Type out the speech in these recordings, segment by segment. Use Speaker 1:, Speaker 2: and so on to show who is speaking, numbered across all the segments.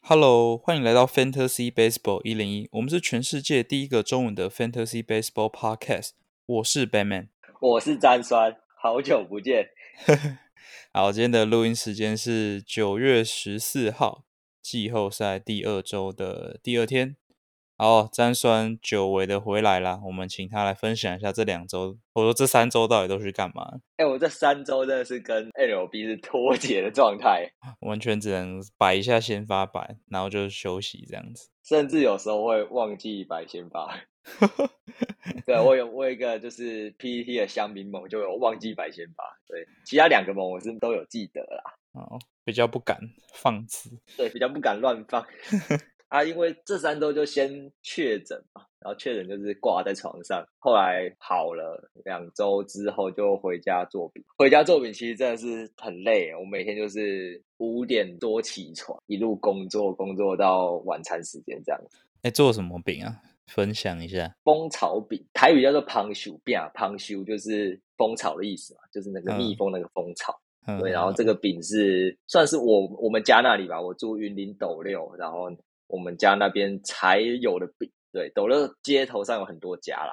Speaker 1: Hello，欢迎来到 Fantasy Baseball 一零一，我们是全世界第一个中文的 Fantasy Baseball Podcast。我是 Batman。
Speaker 2: 我是詹酸，好久不见。
Speaker 1: 好，今天的录音时间是九月十四号，季后赛第二周的第二天。好，詹酸久违的回来啦，我们请他来分享一下这两周，或者说这三周到底都去干嘛？
Speaker 2: 哎、我这三周真的是跟 LB 是脱节的状态，
Speaker 1: 完全只能摆一下先发摆，然后就休息这样子。
Speaker 2: 甚至有时候会忘记摆先发。对我有我有一个就是 PET 的香槟盟就有忘记摆先发，对，其他两个盟我是都有记得啦，
Speaker 1: 哦，比较不敢放肆。
Speaker 2: 对，比较不敢乱放啊，因为这三周就先确诊嘛，然后确诊就是挂在床上，后来好了两周之后就回家做饼，回家做饼其实真的是很累，我每天就是五点多起床，一路工作工作到晚餐时间这样子。
Speaker 1: 哎，做什么饼啊？分享一下。
Speaker 2: 蜂巢饼，台语叫做胖修饼，胖修就是蜂巢的意思嘛，就是那个蜜
Speaker 1: 嗯
Speaker 2: 蜂那个蜂巢。
Speaker 1: 嗯，
Speaker 2: 对，然后这个饼是算是我我们家那里吧，我住云林斗六，然后我们家那边才有的饼。对，斗六街头上有很多家啦，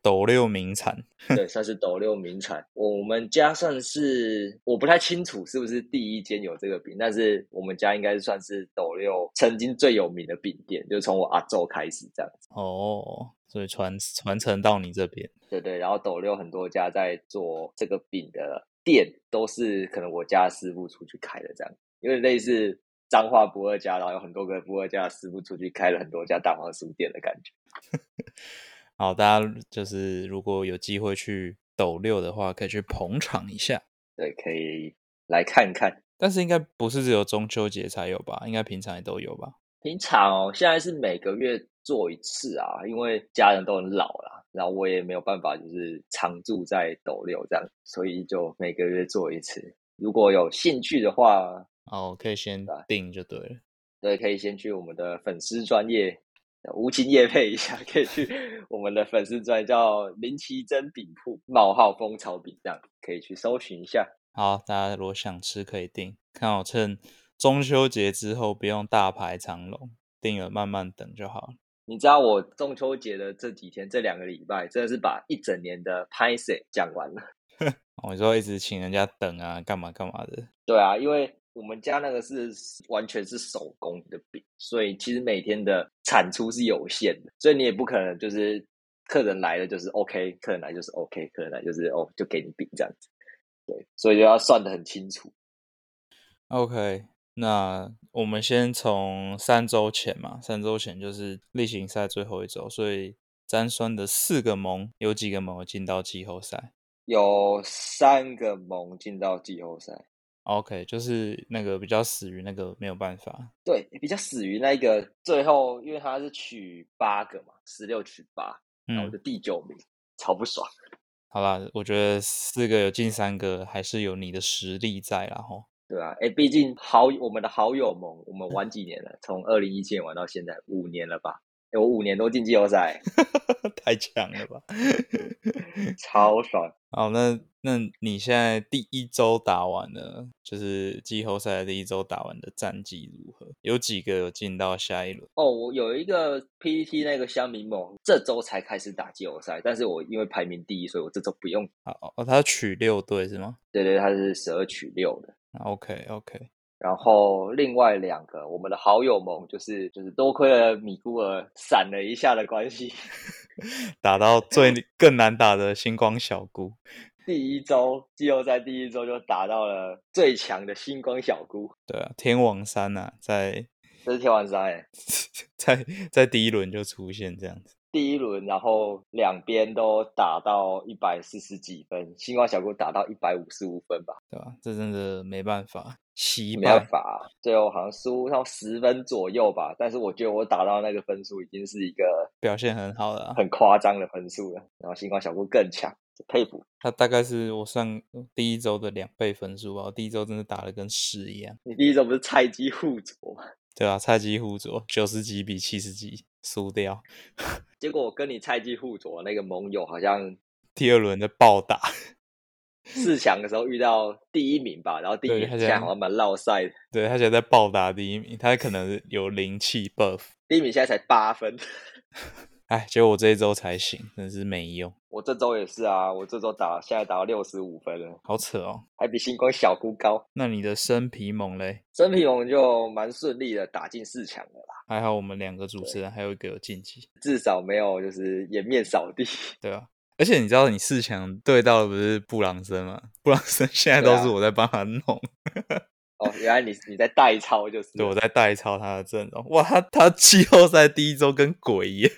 Speaker 1: 斗六名产，
Speaker 2: 对，算是斗六名产。我们家算是我不太清楚是不是第一间有这个饼，但是我们家应该是算是斗六曾经最有名的饼店，就是从我阿昼开始这样子。
Speaker 1: 哦，所以传传承到你这边，
Speaker 2: 对对，然后斗六很多家在做这个饼的店，都是可能我家师傅出去开的这样，因为类似彰化不二家，然后有很多个不二家的师傅出去开了很多家蛋黄酥店的感觉。
Speaker 1: 好，大家就是如果有机会去斗六的话，可以去捧场一下。
Speaker 2: 对，可以来看看。
Speaker 1: 但是应该不是只有中秋节才有吧？应该平常也都有吧？
Speaker 2: 平常哦，现在是每个月做一次啊，因为家人都很老了，然后我也没有办法就是常住在斗六这样，所以就每个月做一次。如果有兴趣的话，
Speaker 1: 哦，可以先
Speaker 2: 对
Speaker 1: 定就对了。
Speaker 2: 对，可以先去我们的粉丝专业，呃无情夜配一下，可以去我们的粉丝专业叫林奇珍饼铺冒号蜂巢饼，这样可以去搜寻一下。
Speaker 1: 好，大家如果想吃可以订，看好趁中秋节之后不用大排长龙，订了慢慢等就好了。
Speaker 2: 你知道我中秋节的这几天，这两个礼拜真的是把一整年的拍摄讲完了。
Speaker 1: 我说一直请人家等啊，干嘛干嘛的，
Speaker 2: 对啊，因为我们家那个是完全是手工的饼，所以其实每天的产出是有限的，所以你也不可能就是客人来了就是 OK，客人来就是 OK，客人来就是哦就给你饼这样子。对，所以就要算得很清楚。
Speaker 1: OK，那我们先从三周前嘛，三周前就是例行赛最后一周，所以詹酸的四个盟有几个盟有进到季后赛
Speaker 2: 有三个盟进到季后赛，
Speaker 1: ？OK，就是那个比较死于那个没有办法，
Speaker 2: 对，比较死于那个最后，因为他是取八个嘛，十六取八，然后我
Speaker 1: 嗯
Speaker 2: 就，第九名，超不爽。
Speaker 1: 好啦，我觉得四个有进三个还是有你的实力在啦吼。
Speaker 2: 对啊，哎，毕竟好我们的好友盟，我们玩几年了？从二零一七年玩到现在五年了吧？哎，我五年都进季后赛，
Speaker 1: 太强了吧！
Speaker 2: 超爽。
Speaker 1: 好，那那你现在第一周打完了，就是季后赛的第一周打完的战绩如何？有几个有进到下一轮？
Speaker 2: 哦，我有一个 PET 那个香民盟，这周才开始打季后赛，但是我因为排名第一，所以我这周不用。
Speaker 1: 好哦，他取六队是吗啊
Speaker 2: 对对，他是十二取六的。
Speaker 1: ？OK OK，
Speaker 2: 然后另外两个，我们的好友盟就是就是多亏了米姑儿闪了一下的关系，
Speaker 1: 打到最 更难打的星光小姑，
Speaker 2: 第一周季后赛第一周就打到了最强的星光小姑，
Speaker 1: 对啊，天王山呐、啊，在
Speaker 2: 这是天王山哎、
Speaker 1: 在在第一轮就出现这样子，
Speaker 2: 第一轮，然后两边都打到一百四十几分，星光小姑打到一百五十五分吧，
Speaker 1: 对吧、这真的没办法，惜
Speaker 2: 没办
Speaker 1: 败。
Speaker 2: 法，啊最后好像输到十分左右吧。但是我觉得我打到那个分数已经是一个
Speaker 1: 表现很好了啊、
Speaker 2: 很夸张的分数了，然后星光小姑更强，佩服。
Speaker 1: 他大概是我上第一周的两倍分数吧。我第一周真的打的跟屎一样，
Speaker 2: 你第一周不是菜鸡互啄吗？
Speaker 1: 对啊，菜鸡互啄，九十几比七十几输掉，
Speaker 2: 结果我跟你菜鸡互啄，那个盟友好像
Speaker 1: 第二轮的暴打，
Speaker 2: 四强的时候遇到第一名吧，然后第一
Speaker 1: 对
Speaker 2: 名
Speaker 1: 他
Speaker 2: 现在
Speaker 1: 现在
Speaker 2: 好像蛮落赛的，
Speaker 1: 对他现在在暴打第一名，他可能有灵气 buff。
Speaker 2: 第一名现在才八分。
Speaker 1: 哎，结果我这一周才醒，真是没用，
Speaker 2: 我这周也是啊，我这周打现在打到六十五分了，
Speaker 1: 好扯哦。
Speaker 2: 还比星光小姑高。
Speaker 1: 那你的生皮猛嘞？
Speaker 2: 真皮龙就蛮顺利的打进四强了啦，
Speaker 1: 还好我们两个主持人还有一个有晋级，
Speaker 2: 至少没有就是颜面扫地。
Speaker 1: 对吧、而且你知道你四强对到的不是布朗森吗？布朗森现在
Speaker 2: 对
Speaker 1: 都
Speaker 2: 啊
Speaker 1: 是我在帮他弄，
Speaker 2: 哦，原来你你在代操就是了
Speaker 1: 对我在代操他的阵容。哇，他他季后赛第一周跟鬼一样，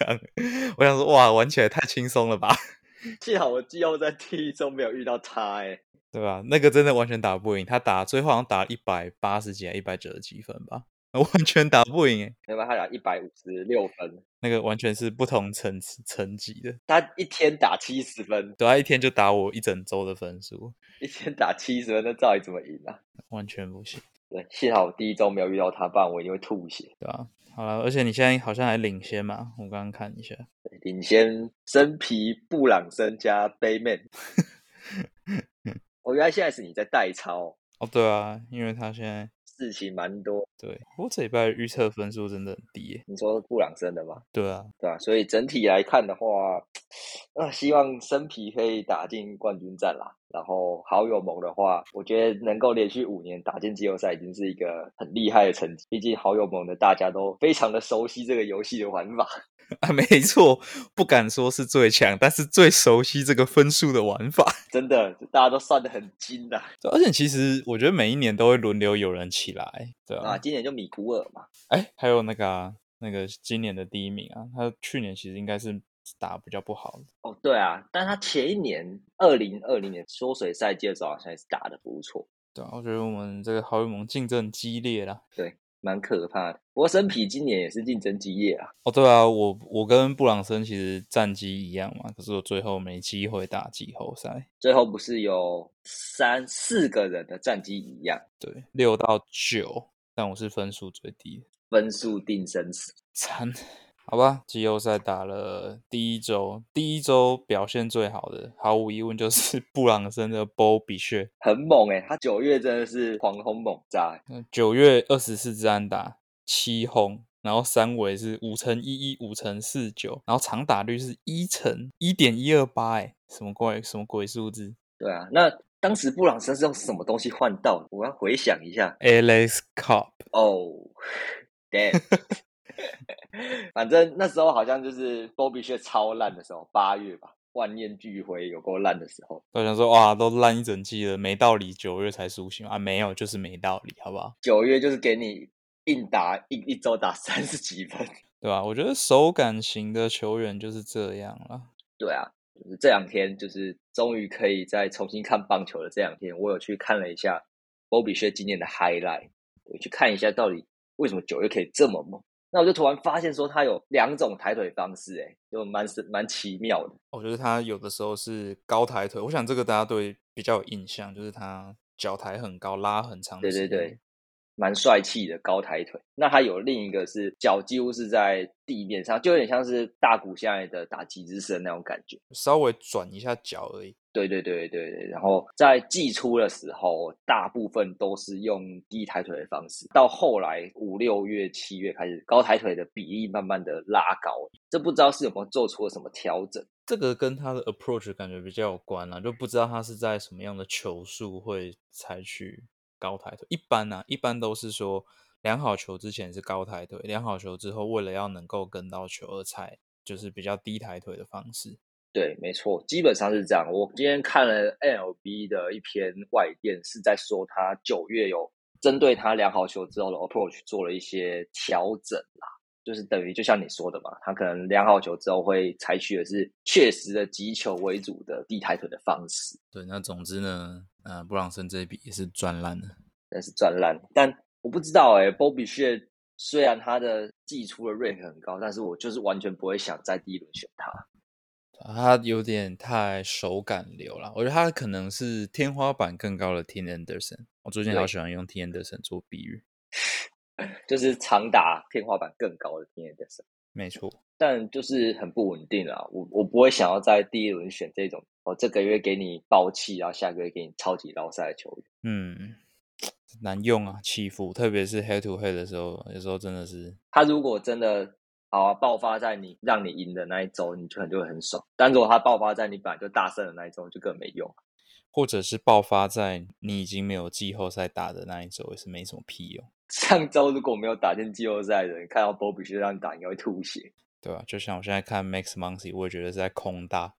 Speaker 1: 我想说哇，玩起来太轻松了吧，
Speaker 2: 幸好我季后赛第一周没有遇到他、欸，
Speaker 1: 对吧、那个真的完全打不赢，他打最后好像打一百八十几还一百九十几分吧， 完全打不赢诶、欸
Speaker 2: 要不然他打一百五十六分，
Speaker 1: 那个完全是不同层次层级的。
Speaker 2: 他一天打七十分，
Speaker 1: 对他一天就打我一整周的分数，
Speaker 2: 一天打七十分，那到底怎么赢啊？
Speaker 1: 完全不行，
Speaker 2: 对，幸好我第一周没有遇到他，不然我一定会吐血。
Speaker 1: 对吧、好了，而且你现在好像还领先嘛，我刚刚看一下，
Speaker 2: 领先真皮布朗森加杯面。 我、原来现在是你在代操，
Speaker 1: 哦，对啊，因为他现在
Speaker 2: 事情蛮多。
Speaker 1: 对，不过这礼拜预测分数真的很低耶，
Speaker 2: 你说布朗森的吗？
Speaker 1: 对啊，
Speaker 2: 对吧、所以整体来看的话，啊、希望生皮可以打进冠军战啦。然后好友盟的话，我觉得能够连续五年打进季后赛，已经是一个很厉害的成绩。毕竟好友盟的大家都非常的熟悉这个游戏的玩法。
Speaker 1: 啊，没错，不敢说是最强，但是最熟悉这个分数的玩法。
Speaker 2: 真的，大家都算得很精的
Speaker 1: 对啊而且其实我觉得每一年都会轮流有人起来，对
Speaker 2: 啊！
Speaker 1: 啊，
Speaker 2: 今年就米古尔嘛，
Speaker 1: 哎、还有那个啊、那个今年的第一名啊，他去年其实应该是打比较不好的，
Speaker 2: 哦，对啊，但他前一年二零二零年缩水赛季的时候，好像也是打得不错，
Speaker 1: 对啊，我觉得我们这个好友盟竞争激烈啦。
Speaker 2: 蛮可怕的。不过生皮今年也是竞争激烈啊，
Speaker 1: 哦，对啊，我我跟布朗森其实战绩一样嘛，可是我最后没机会打季后赛。
Speaker 2: 最后不是有三四个人的战绩一样，
Speaker 1: 对，六到九，但我是分数最低的，
Speaker 2: 分数定生死。
Speaker 1: 惨。好吧，季后赛打了第一周，第一周表现最好的，毫无疑问就是 布朗森的波比血。
Speaker 2: 很猛诶、他九月真的是狂轰猛炸欸、
Speaker 1: 呃九月二十四支安打，七轰，然后三围是五乘一一、五乘四九，然后长打率是一乘一点一二八，哎，什么怪什么鬼数字？
Speaker 2: 对啊，那当时布朗森是用什么东西换到的？我要回想一下
Speaker 1: Alex Cobb，
Speaker 2: 哦，damn。反正那时候好像就是 Bobby 血超烂的时候，八月吧，万念俱灰，有够烂的时候。
Speaker 1: 我想说哇，都烂一整季了，没道理九月才苏醒啊，没有，就是没道理，好不好？
Speaker 2: 九月就是给你硬打一一周打三十几分，
Speaker 1: 对吧？我觉得手感型的球员就是这样了。
Speaker 2: 对啊，就是这两天就是终于可以再重新看棒球的这两天，我有去看了一下 Bobby 薛今年的 highlight，我去看一下到底为什么九月可以这么猛。那我就突然发现说他有两种抬腿方式、欸，就蛮神蛮奇妙的。
Speaker 1: 我觉得他有的时候是高抬腿，我想这个大家对比较有印象，就是他脚抬很高，拉很长的
Speaker 2: 对
Speaker 1: 时
Speaker 2: 对
Speaker 1: 间。
Speaker 2: 对，蛮帅气的高抬腿。那他有另一个是脚几乎是在地面上，就有点像是大谷现在的打击之神那种感觉。
Speaker 1: 稍微转一下脚而已。
Speaker 2: 对对对对对，然后在季初的时候，大部分都是用低抬腿的方式，到后来五六月、七月开始，高抬腿的比例慢慢的拉高，这不知道是有没有做出了什么调整。
Speaker 1: 这个跟他的 approach 感觉比较有关啦、就不知道他是在什么样的球速会采取高抬腿。一般呢、一般都是说量好球之前是高抬腿，量好球之后，为了要能够跟到球而采就是比较低抬腿的方式。
Speaker 2: 对，没错，基本上是这样。我今天看了 NLB 的一篇外电，是在说他九月有针对他量好球之后的 approach 做了一些调整啦，就是等于就像你说的嘛，他可能量好球之后会采取的是确实的击球为主的低抬腿的方式，
Speaker 1: 对，那总之呢，呃，布朗森这一笔也是赚烂了。
Speaker 2: 但是赚烂。但我不知道哎、欸、，Bobby s h 虽然他的季初的 rank 很高，但是我就是完全不会想在第一轮选他。
Speaker 1: 啊他有点太手感流了，我觉得他可能是天花板更高的 T Anderson。我最近好
Speaker 2: 对
Speaker 1: 喜欢用 T Anderson 做比喻，
Speaker 2: 就是长打天花板更高的经验的
Speaker 1: 没错。
Speaker 2: 但就是很不稳定啊。我我不会想要在第一轮选这种我这个月给你爆气，然后下个月给你超级捞赛的球员。
Speaker 1: 嗯，难用啊，起伏，特别是 head to head 的时候，有时候真的是，
Speaker 2: 他如果真的好啊，爆发在你让你赢的那一周，你就很就会很爽；但如果他爆发在你本来就大胜的那一周，就更没用。
Speaker 1: 或者是爆发在你已经没有季后赛打的那一周，也是没什么屁用，
Speaker 2: 上周如果没有打进季后赛的人，看到 Bobby 去让你打，应该会吐血。
Speaker 1: 对吧、就像我现在看 Max Muncy，我也觉得是在空搭。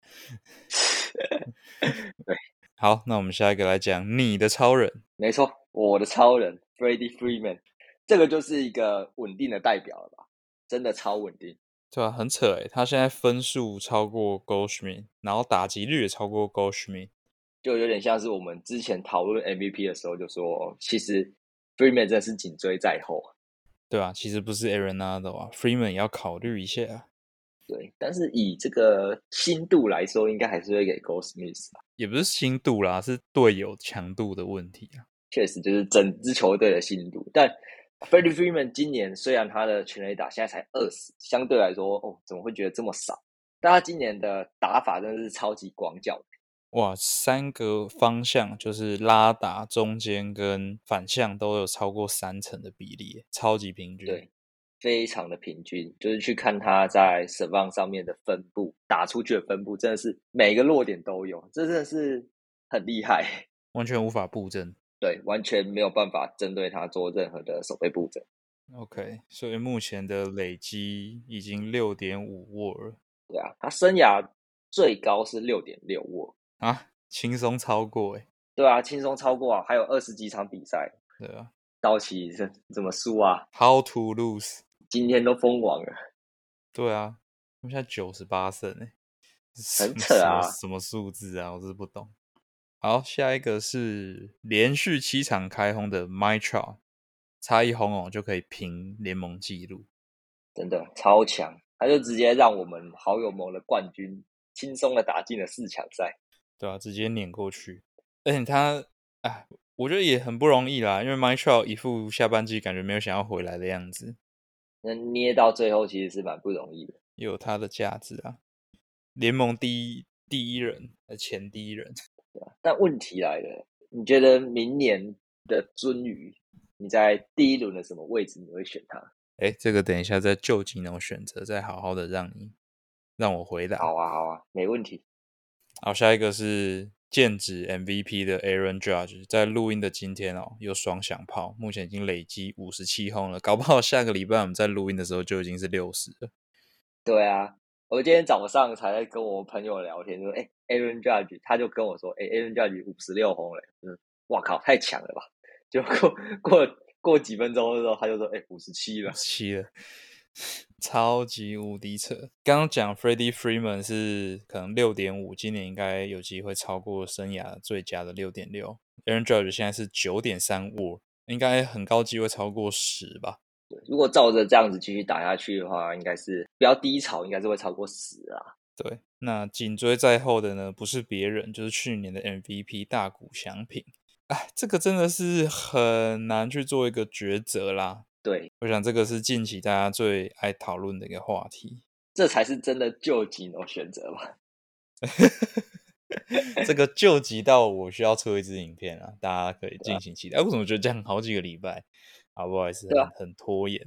Speaker 2: 对，
Speaker 1: 好，那我们下一个来讲你的超人，
Speaker 2: 没错，我的超人 Freddie Freeman，这个就是一个稳定的代表了吧？真的超稳定。
Speaker 1: 对吧、很扯诶，他现在分数超过 g o s h m i n 然后打击率也超过 g o s h m i n
Speaker 2: 就有点像是我们之前讨论 MVP 的时候就说，哦其实 Freeman 真的是紧追在后，啊
Speaker 1: 对吧、其实不是 Arenado 啊，Freeman 也要考虑一下，啊
Speaker 2: 对。但是以这个新度来说，应该还是会给 Go Smith 吧。
Speaker 1: 也不是心度啦，是队友强度的问题啊。
Speaker 2: 确实就是整支球队的新度。但 Freddie Freeman 今年虽然他的全垒打现在才二十，相对来说哦，怎么会觉得这么少？但他今年的打法真的是超级广角
Speaker 1: 哇，三个方向就是拉打、中间跟反向都有超过三成的比例耶，超级平均。
Speaker 2: 对，非常的平均，就是去看他在 s a v a n 上面的分布，打出去的分布真的是每个落点都有，这真的是很厉害。
Speaker 1: 完全无法布阵。
Speaker 2: 对，完全没有办法针对他做任何的守备布阵。
Speaker 1: OK，所以目前的累积已经六点五沃了
Speaker 2: 对啊，他生涯最高是六点六沃，
Speaker 1: 啊，轻松超过诶。
Speaker 2: 对啊，轻松超过啊，还有二十几场比赛，
Speaker 1: 对啊
Speaker 2: 道奇这怎么输啊？
Speaker 1: ，How to lose？
Speaker 2: 今天都封王了，
Speaker 1: 对啊，我们现在九十八胜诶，这是
Speaker 2: 很
Speaker 1: 什么
Speaker 2: 扯啊
Speaker 1: 什么什么数字啊？我真是不懂。好，下一个是连续七场开轰的 My t r a 差一轰哦就可以平联盟纪录。
Speaker 2: 真的超强，他就直接让我们好友盟的冠军轻松的打进了四强赛。
Speaker 1: 对啊，直接碾过去。而且他，哎，我觉得也很不容易啦，因为 m y t r a l 一副下半季感觉没有想要回来的样子，
Speaker 2: 那捏到最后其实是蛮不容易的。
Speaker 1: 也有他的价值啊。联盟第一第一人，呃，前第一人，
Speaker 2: 但问题来了，你觉得明年的鳟鱼，你在第一轮的什么位置你会选他？
Speaker 1: 哎，这个等一下再就近我选择，再好好的让你让我回答。
Speaker 2: 好啊，好啊，没问题。
Speaker 1: 好，下一个是剑指 MVP 的 Aaron Judge，在录音的今天哦，有双响炮，目前已经累积五十七轰了，搞不好下个礼拜我们在录音的时候就已经是六十了。
Speaker 2: 对啊，我今天早上才在跟我朋友聊天，就说，哎、a a r o n Judge，他就跟我说，哎、a a r o n Judge 五十六轰了，嗯，哇靠，太强了吧！就过过过几分钟的时候，他就说，哎、五十七了。
Speaker 1: 七了， 超级无敌扯。刚刚讲 Freddie Freeman 是可能六点五，今年应该有机会超过生涯最佳的六点六。Aaron Judge 现在是九点三五，应该很高机会超过十吧？
Speaker 2: 如果照着这样子继续打下去的话，应该是比较低潮，应该是会超过十啊。
Speaker 1: 对，那紧追在后的呢，不是别人，就是去年的 MVP 大谷翔平。哎，这个真的是很难去做一个抉择啦。
Speaker 2: 对，
Speaker 1: 我想这个是近期大家最爱讨论的一个话题。
Speaker 2: 这才是真的救急的选择吧。
Speaker 1: 这个救急到我需要出一支影片啊，大家可以敬请期待。哎、我怎么觉得这样好几个礼拜啊？不好意思，
Speaker 2: 对啊
Speaker 1: 很很拖延。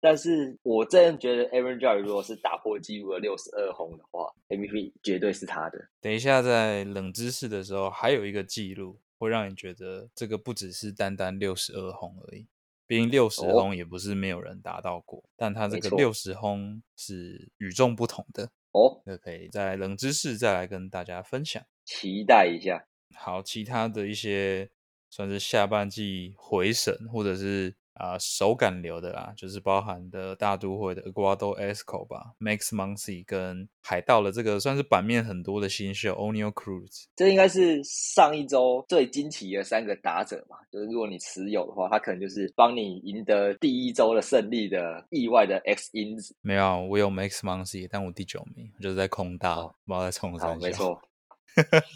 Speaker 2: 但是我真的觉得 Aaron Judge 如果是打破纪录的六十二轰的话，MVP 绝对是他的。
Speaker 1: 等一下在冷知识的时候，还有一个记录会让你觉得这个不只是单单六十二轰而已，毕竟六十
Speaker 2: 哦
Speaker 1: 轰也不是没有人达到过，但他这
Speaker 2: 没
Speaker 1: 个
Speaker 2: 错
Speaker 1: 六十轰是与众不同的。
Speaker 2: 哦，
Speaker 1: 那可以在冷知识再来跟大家分享。
Speaker 2: 期待一下。
Speaker 1: 好，其他的一些算是下半季回审或者是啊、手感流的啦，就是包含的大都会的 Eduardo Esco 吧，Max Muncy 跟海盗的这个算是版面很多的新秀 O'Neal Cruz。
Speaker 2: 这应该是上一周最惊奇的三个打者嘛，就是如果你持有的话，他可能就是帮你赢得第一周的胜利的意外的 X 因子。
Speaker 1: 没有，我有 Max Muncy，但我第九名，我就是在空大，
Speaker 2: 哦
Speaker 1: 不知道在冲
Speaker 2: 好，
Speaker 1: 三
Speaker 2: 没
Speaker 1: 小。
Speaker 2: 错。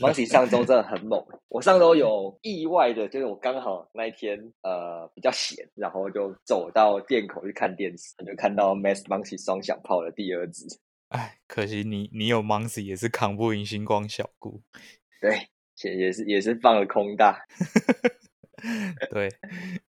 Speaker 2: m a x i 上周真的很猛，我上周有意外的，就是我刚好那一天呃比较闲，然后就走到店口去看电视，就看到 Max m a n c y 双响炮的第二支，
Speaker 1: 哎，可惜你你有 m o n s y 也是扛不赢星光小姑。
Speaker 2: 对，也也是也是放了空大。
Speaker 1: 对，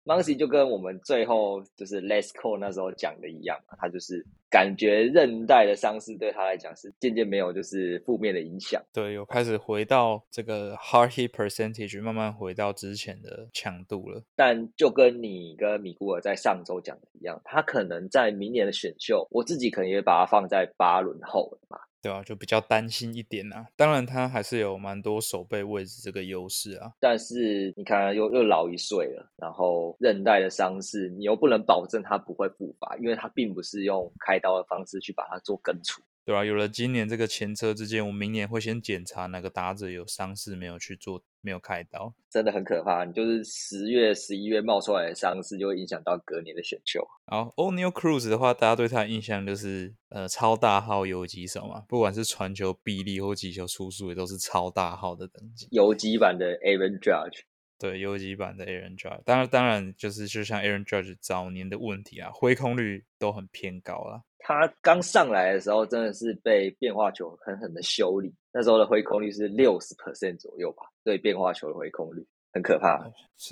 Speaker 2: m o n s y 就跟我们最后就是 Let's Call 那时候讲的一样嘛，他就是感觉韧带的伤势对他来讲是渐渐没有就是负面的影响。
Speaker 1: 对，有开始回到这个 hard hit percentage，慢慢回到之前的强度了。
Speaker 2: 但就跟你跟米古尔在上周讲的一样，他可能在明年的选秀，我自己可能也把它放在八轮后了吧。
Speaker 1: 对啊，就比较担心一点啊。当然，他还是有蛮多手背位置这个优势啊。
Speaker 2: 但是你看，啊又又老一岁了，然后韧带的伤势，你又不能保证它不会复发，因为它并不是用开刀的方式去把它做根除。
Speaker 1: 对啊，有了今年这个前车之鉴，我明年会先检查哪个打者有伤势没有去做，没有开刀。
Speaker 2: 真的很可怕。你就是十月、十一月冒出来的伤势，就会影响到隔年的选秀。
Speaker 1: 然后 O'Neal Cruz 的话，大家对他的印象就是呃超大号游击手嘛，不管是传球臂力或击球出速，也都是超大号的等级。
Speaker 2: 游击版的 Aaron Judge，
Speaker 1: 对，游击版的 Aaron Judge，当然当然就是就像 Aaron Judge 早年的问题啊，挥空率都很偏高啦。
Speaker 2: 他刚上来的时候真的是被变化球狠狠的修理，那时候的挥空率是六十 percent 左右吧，对变化球的挥空率很可怕，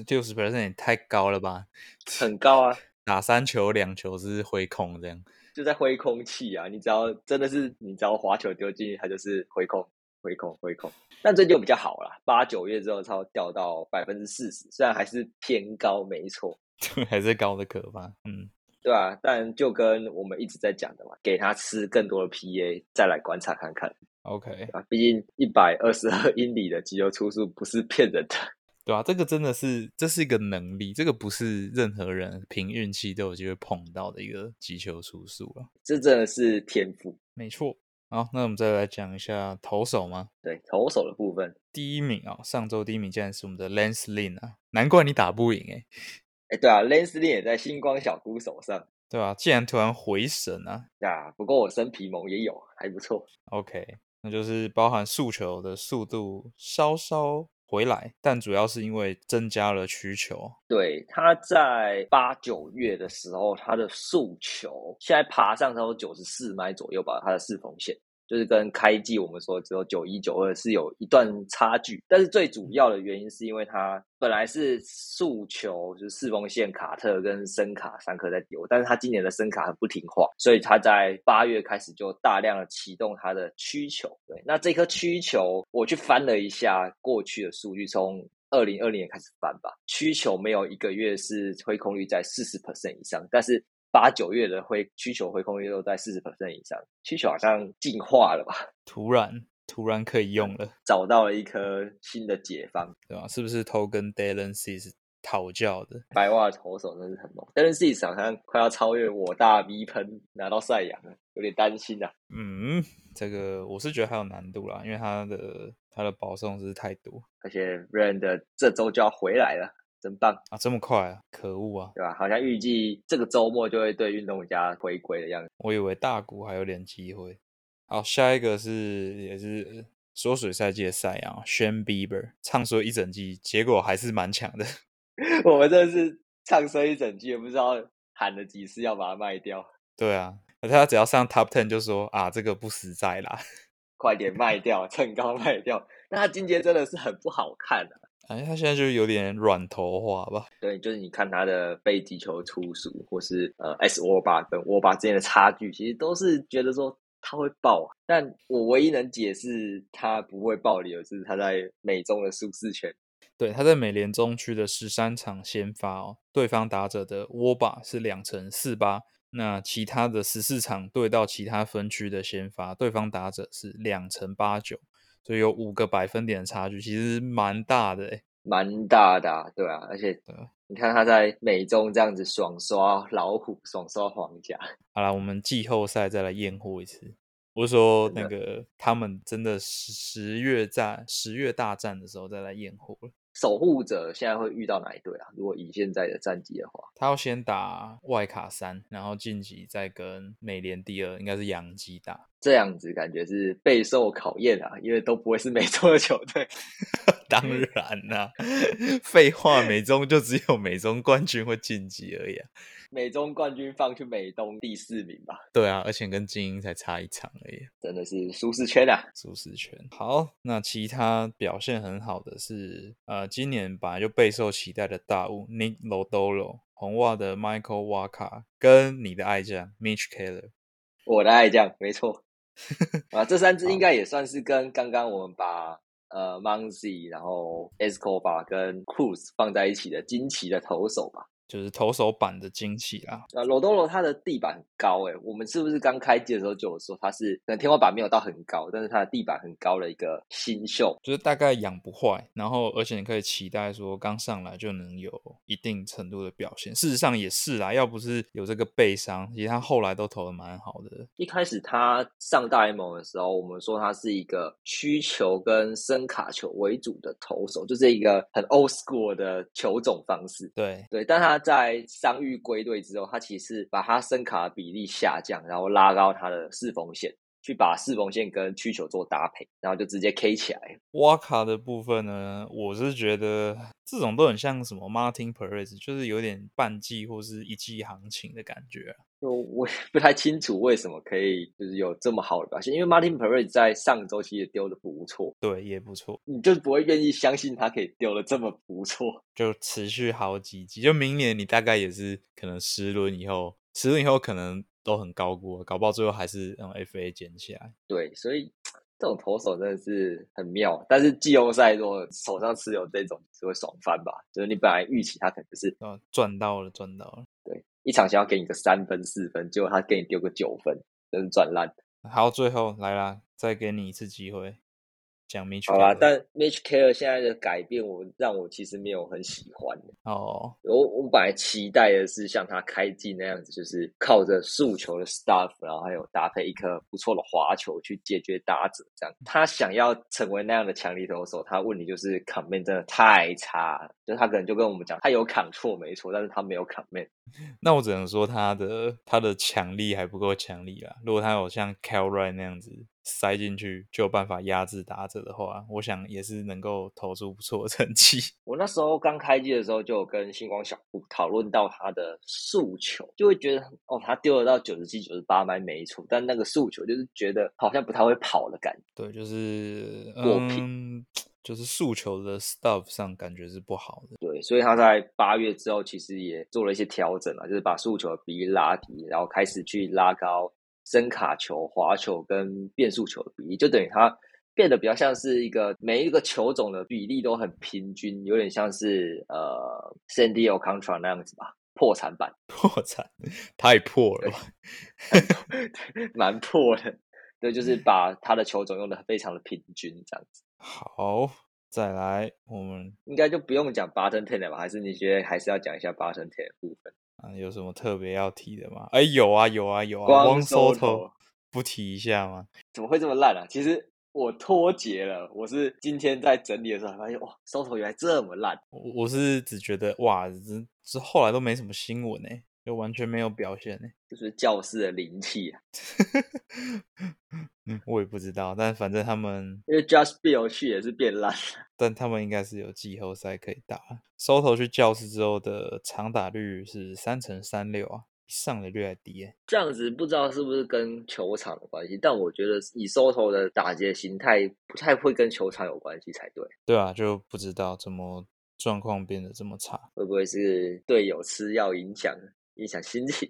Speaker 1: 六十 percent 也太高了吧？
Speaker 2: 很高啊，
Speaker 1: 打三球两球是挥空这样。
Speaker 2: 就在挥空气啊！你只要真的是你只要滑球丢进去，它就是挥空、挥空、挥空。但这就比较好啦，八九月之后超掉到百分之四十，虽然还是偏高，没错，
Speaker 1: 还是高的可怕。嗯，
Speaker 2: 对啊，但就跟我们一直在讲的嘛，给他吃更多的 PA，再来观察看看
Speaker 1: OK，
Speaker 2: 啊。毕竟一百二十二英里的急球出速不是骗人的，
Speaker 1: 对啊，这个真的是这是一个能力，这个不是任何人凭运气都有机会碰到的一个击球出速啊。
Speaker 2: 这真的是天赋。
Speaker 1: 没错。好，那我们再来讲一下投手吗？
Speaker 2: 对投手的部分，
Speaker 1: 第一名啊、上周第一名竟然是我们的 Lance Lynn 啊，难怪你打不赢诶、欸
Speaker 2: 哎，对啊，Lance Lynn 也在星光小姑手上
Speaker 1: 对吧、竟然突然回神啊。
Speaker 2: 啊。不过我生皮蒙也有，还不错。
Speaker 1: OK，那就是包含速球的速度稍稍回来，但主要是因为增加了曲球。
Speaker 2: 对，他在八九月的时候，他的速球现在爬上差不多九十四迈左右吧，他的四缝线就是跟开季我们说只有九一九二是有一段差距，但是最主要的原因是因为他本来是速球就是四缝线卡特跟声卡三颗在丢，但是他今年的声卡很不听话，所以他在八月开始就大量的启动他的曲球。对，那这颗曲球我去翻了一下过去的数据，从二零二零年开始翻吧，需求没有一个月是挥空率在四十 percent 以上，但是八九月的挥需求挥空率都在四十 percent 以上，需求好像进化了吧，
Speaker 1: 突然突然可以用了，
Speaker 2: 找到了一颗新的解方。
Speaker 1: 对吧？是不是偷跟 Dylan C 是讨教的？
Speaker 2: 白袜投手真是很猛，但是自己好像快要超越我大 V 喷拿到赛扬了，有点担心啊。
Speaker 1: 嗯，这个我是觉得还有难度啦，因为他的他的保送是太多
Speaker 2: 而且 Rand 这周就要回来了，真棒，
Speaker 1: 啊，这么快啊，可恶啊！
Speaker 2: 对吧？好像预计这个周末就会对运动家回归的样子。
Speaker 1: 我以为大谷还有点机会。好，下一个是也是缩水赛季的赛扬 s h a n Bieber 唱衰一整季，结果还是蛮强的。
Speaker 2: 我们真的是唱衰一整句，也不知道喊了几次要把它卖掉，
Speaker 1: 对啊，而且他只要上 Top Ten 就说啊，这个不实在啦。
Speaker 2: 快点卖掉，趁高卖掉。那他今天真的是很不好看啊。
Speaker 1: 哎，他现在就有点软头化吧？
Speaker 2: 对，就是你看他的被击球出速，或是呃 S 沃巴跟沃巴之间的差距，其实都是觉得说他会爆啊。但我唯一能解释他不会爆的理由是他在美中的舒适圈
Speaker 1: 对，他在美联中区的十三场先发哦，对方打者的窝把是两成四八，那其他的十四场对到其他分区的先发，对方打者是两成八九，所以有五个百分点的差距，其实蛮大的欸诶。
Speaker 2: 蛮大的、啊，对啊。而且你看他在美中这样子爽刷老虎，爽刷皇家，
Speaker 1: 好啦，我们季后赛再来验货一次。我是说，
Speaker 2: 真
Speaker 1: 那
Speaker 2: 的
Speaker 1: 个他们真的十十月战十月大战的时候再来验货了。
Speaker 2: 守护者现在会遇到哪一队啊？如果以现在的战绩的话，
Speaker 1: 他要先打外卡三，然后晋级，再跟美联第二，应该是洋基打，
Speaker 2: 这样子感觉是备受考验啊，因为都不会是美洲的球队。
Speaker 1: 当 然啦、废话，美中就只有美中冠军会晋级而已、啊。
Speaker 2: 美中冠军放去美东第四名吧，
Speaker 1: 对啊，而且跟精英才差一场而已，啊
Speaker 2: 真的是舒适圈啊。
Speaker 1: 舒适圈。好，那其他表现很好的是，呃，今年本来就备受期待的大物 Nick Lodolo、红袜的 Michael Waka 跟你的爱将 Mitch Keller。
Speaker 2: 我的爱将，没错。啊，这三支应该也算是跟刚刚我们把呃 Monzy，然后 Escobar 跟 Cruz 放在一起的惊奇的投手吧。
Speaker 1: 就是投手版的惊奇啦，
Speaker 2: 啊，罗多罗他的地板很高诶、我们是不是刚开机的时候就有说他是可能天花板没有到很高，但是他的地板很高的一个新秀？
Speaker 1: 就是大概养不坏，然后而且你可以期待说刚上来就能有一定程度的表现。事实上也是啦，要不是有这个背伤，其实他后来都投的蛮好的。
Speaker 2: 一开始他上大联盟的时候，我们说他是一个需球跟伸卡球为主的投手，就是一个很 old school 的球种方式。
Speaker 1: 对，
Speaker 2: 对，但他在伤愈归队之后，他其实把他声卡的比例下降，然后拉高他的四缝线，去把四缝线跟曲球做搭配，然后就直接 K 起来。
Speaker 1: 瓦卡的部分呢，我是觉得这种都很像什么 Martin Perez，就是有点半季或是一季行情的感觉啊、
Speaker 2: 就我也不太清楚为什么可以就是有这么好的表现，因为 Martin Perez 在上周其实丢的不错，
Speaker 1: 对，也不错，
Speaker 2: 你就不会愿意相信他可以丢的这么不错。
Speaker 1: 就持续好几季。就明年你大概也是可能十轮以后，十轮以后可能都很高估了，搞不好最后还是让 FA 捡起来。
Speaker 2: 对，所以这种投手真的是很妙。但是季后赛如果手上持有这种，是会爽翻吧？就是你本来预期他可能是
Speaker 1: 哦，赚到了，赚到了。
Speaker 2: 对，一场想要给你个三分四分，结果他给你丢个九分，真是赚烂。
Speaker 1: 好，最后来啦，再给你一次机会讲 Mitch
Speaker 2: 好啦，
Speaker 1: Keller
Speaker 2: 但 Mitch Keller 现在的改变我，让我其实没有很喜欢。
Speaker 1: 哦，
Speaker 2: 我我本来期待的是像他开季那样子，就是靠着速球的 stuff，然后还有搭配一颗不错的滑球去解决打者这样。他想要成为那样的强力投手，他问题就是 command 真的太差了，就是他可能就跟我们讲，他有 control 没错，但是他没有 command。
Speaker 1: 那我只能说他的他的强力还不够强力啦。如果他有像 Cal Ryan 那样子塞进去，就有办法压制打者的话，我想也是能够投出不错的成绩。
Speaker 2: 我那时候刚开机的时候，就有跟星光小布讨论到他的诉求，就会觉得哦，他丢得到九十七、九十八迈没错，但那个诉求就是觉得好像不太会跑的感觉。
Speaker 1: 对，就是
Speaker 2: 过品
Speaker 1: 嗯，就是诉求的 stuff 上感觉是不好的。
Speaker 2: 对，所以他在八月之后，其实也做了一些调整啊，就是把诉求的比例拉低，然后开始去拉高声卡球、滑球跟变速球的比例，就等于他变得比较像是一个每一个球种的比例都很平均，有点像是呃 Sandy o Contra 那样子吧，破产版。
Speaker 1: 破产，太破了吧？
Speaker 2: 蛮破的。对，就是把他的球种用的非常的平均，这样子
Speaker 1: 好，再来我们
Speaker 2: 应该就不用讲 button ten 了吧？还是你觉得还是要讲一下 button ten 的部分？
Speaker 1: 啊，有什么特别要提的吗？哎，有啊，有啊，有啊，
Speaker 2: 光
Speaker 1: 汪
Speaker 2: 收
Speaker 1: 头
Speaker 2: 头
Speaker 1: 不提一下吗？
Speaker 2: 怎么会这么烂啊？其实我脱节了，我是今天在整理的时候才发现，哇，收头原来这么烂。
Speaker 1: 我我是只觉得哇，这这后来都没什么新闻呢、欸就完全没有表现欸呢、
Speaker 2: 就是教室的灵气啊，
Speaker 1: 嗯，我也不知道，但反正他们，
Speaker 2: 因为 Just Bill 去也是变烂了，
Speaker 1: 但他们应该是有季后赛可以打。收头去教室之后的长打率是三乘三六啊，比上垒率还低、欸。
Speaker 2: 这样子不知道是不是跟球场有关系，但我觉得以收头的打击的形态，不太会跟球场有关系才对。
Speaker 1: 对啊，就不知道怎么状况变得这么差。
Speaker 2: 会不会是队友吃药影响影响心情？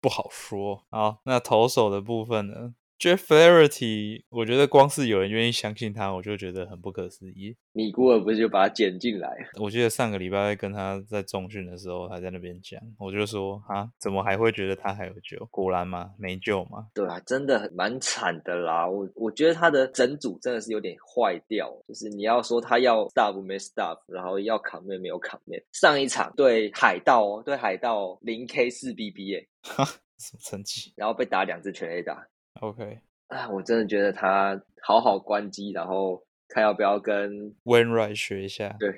Speaker 1: 不好说。好，那投手的部分呢？Jeff Flaherty，我觉得光是有人愿意相信他，我就觉得很不可思议。
Speaker 2: 米古尔不是就把他捡进来？
Speaker 1: 我记得上个礼拜跟他在中训的时候，他在那边讲，我就说啊，怎么还会觉得他还有救？果然吗？没救吗？
Speaker 2: 对啊，真的很蛮惨的啦。我我觉得他的整组真的是有点坏掉，就是你要说他要 stop 没 stop，然后要 c o m 没有 c o m 上一场对海盗哦，对海盗零 K 四 BB 耶，
Speaker 1: 什么成绩
Speaker 2: 然后被打两支全 A 打。
Speaker 1: ？OK，
Speaker 2: 啊，我真的觉得他好好关机，然后看要不要跟
Speaker 1: 温 n r 学一下，
Speaker 2: 对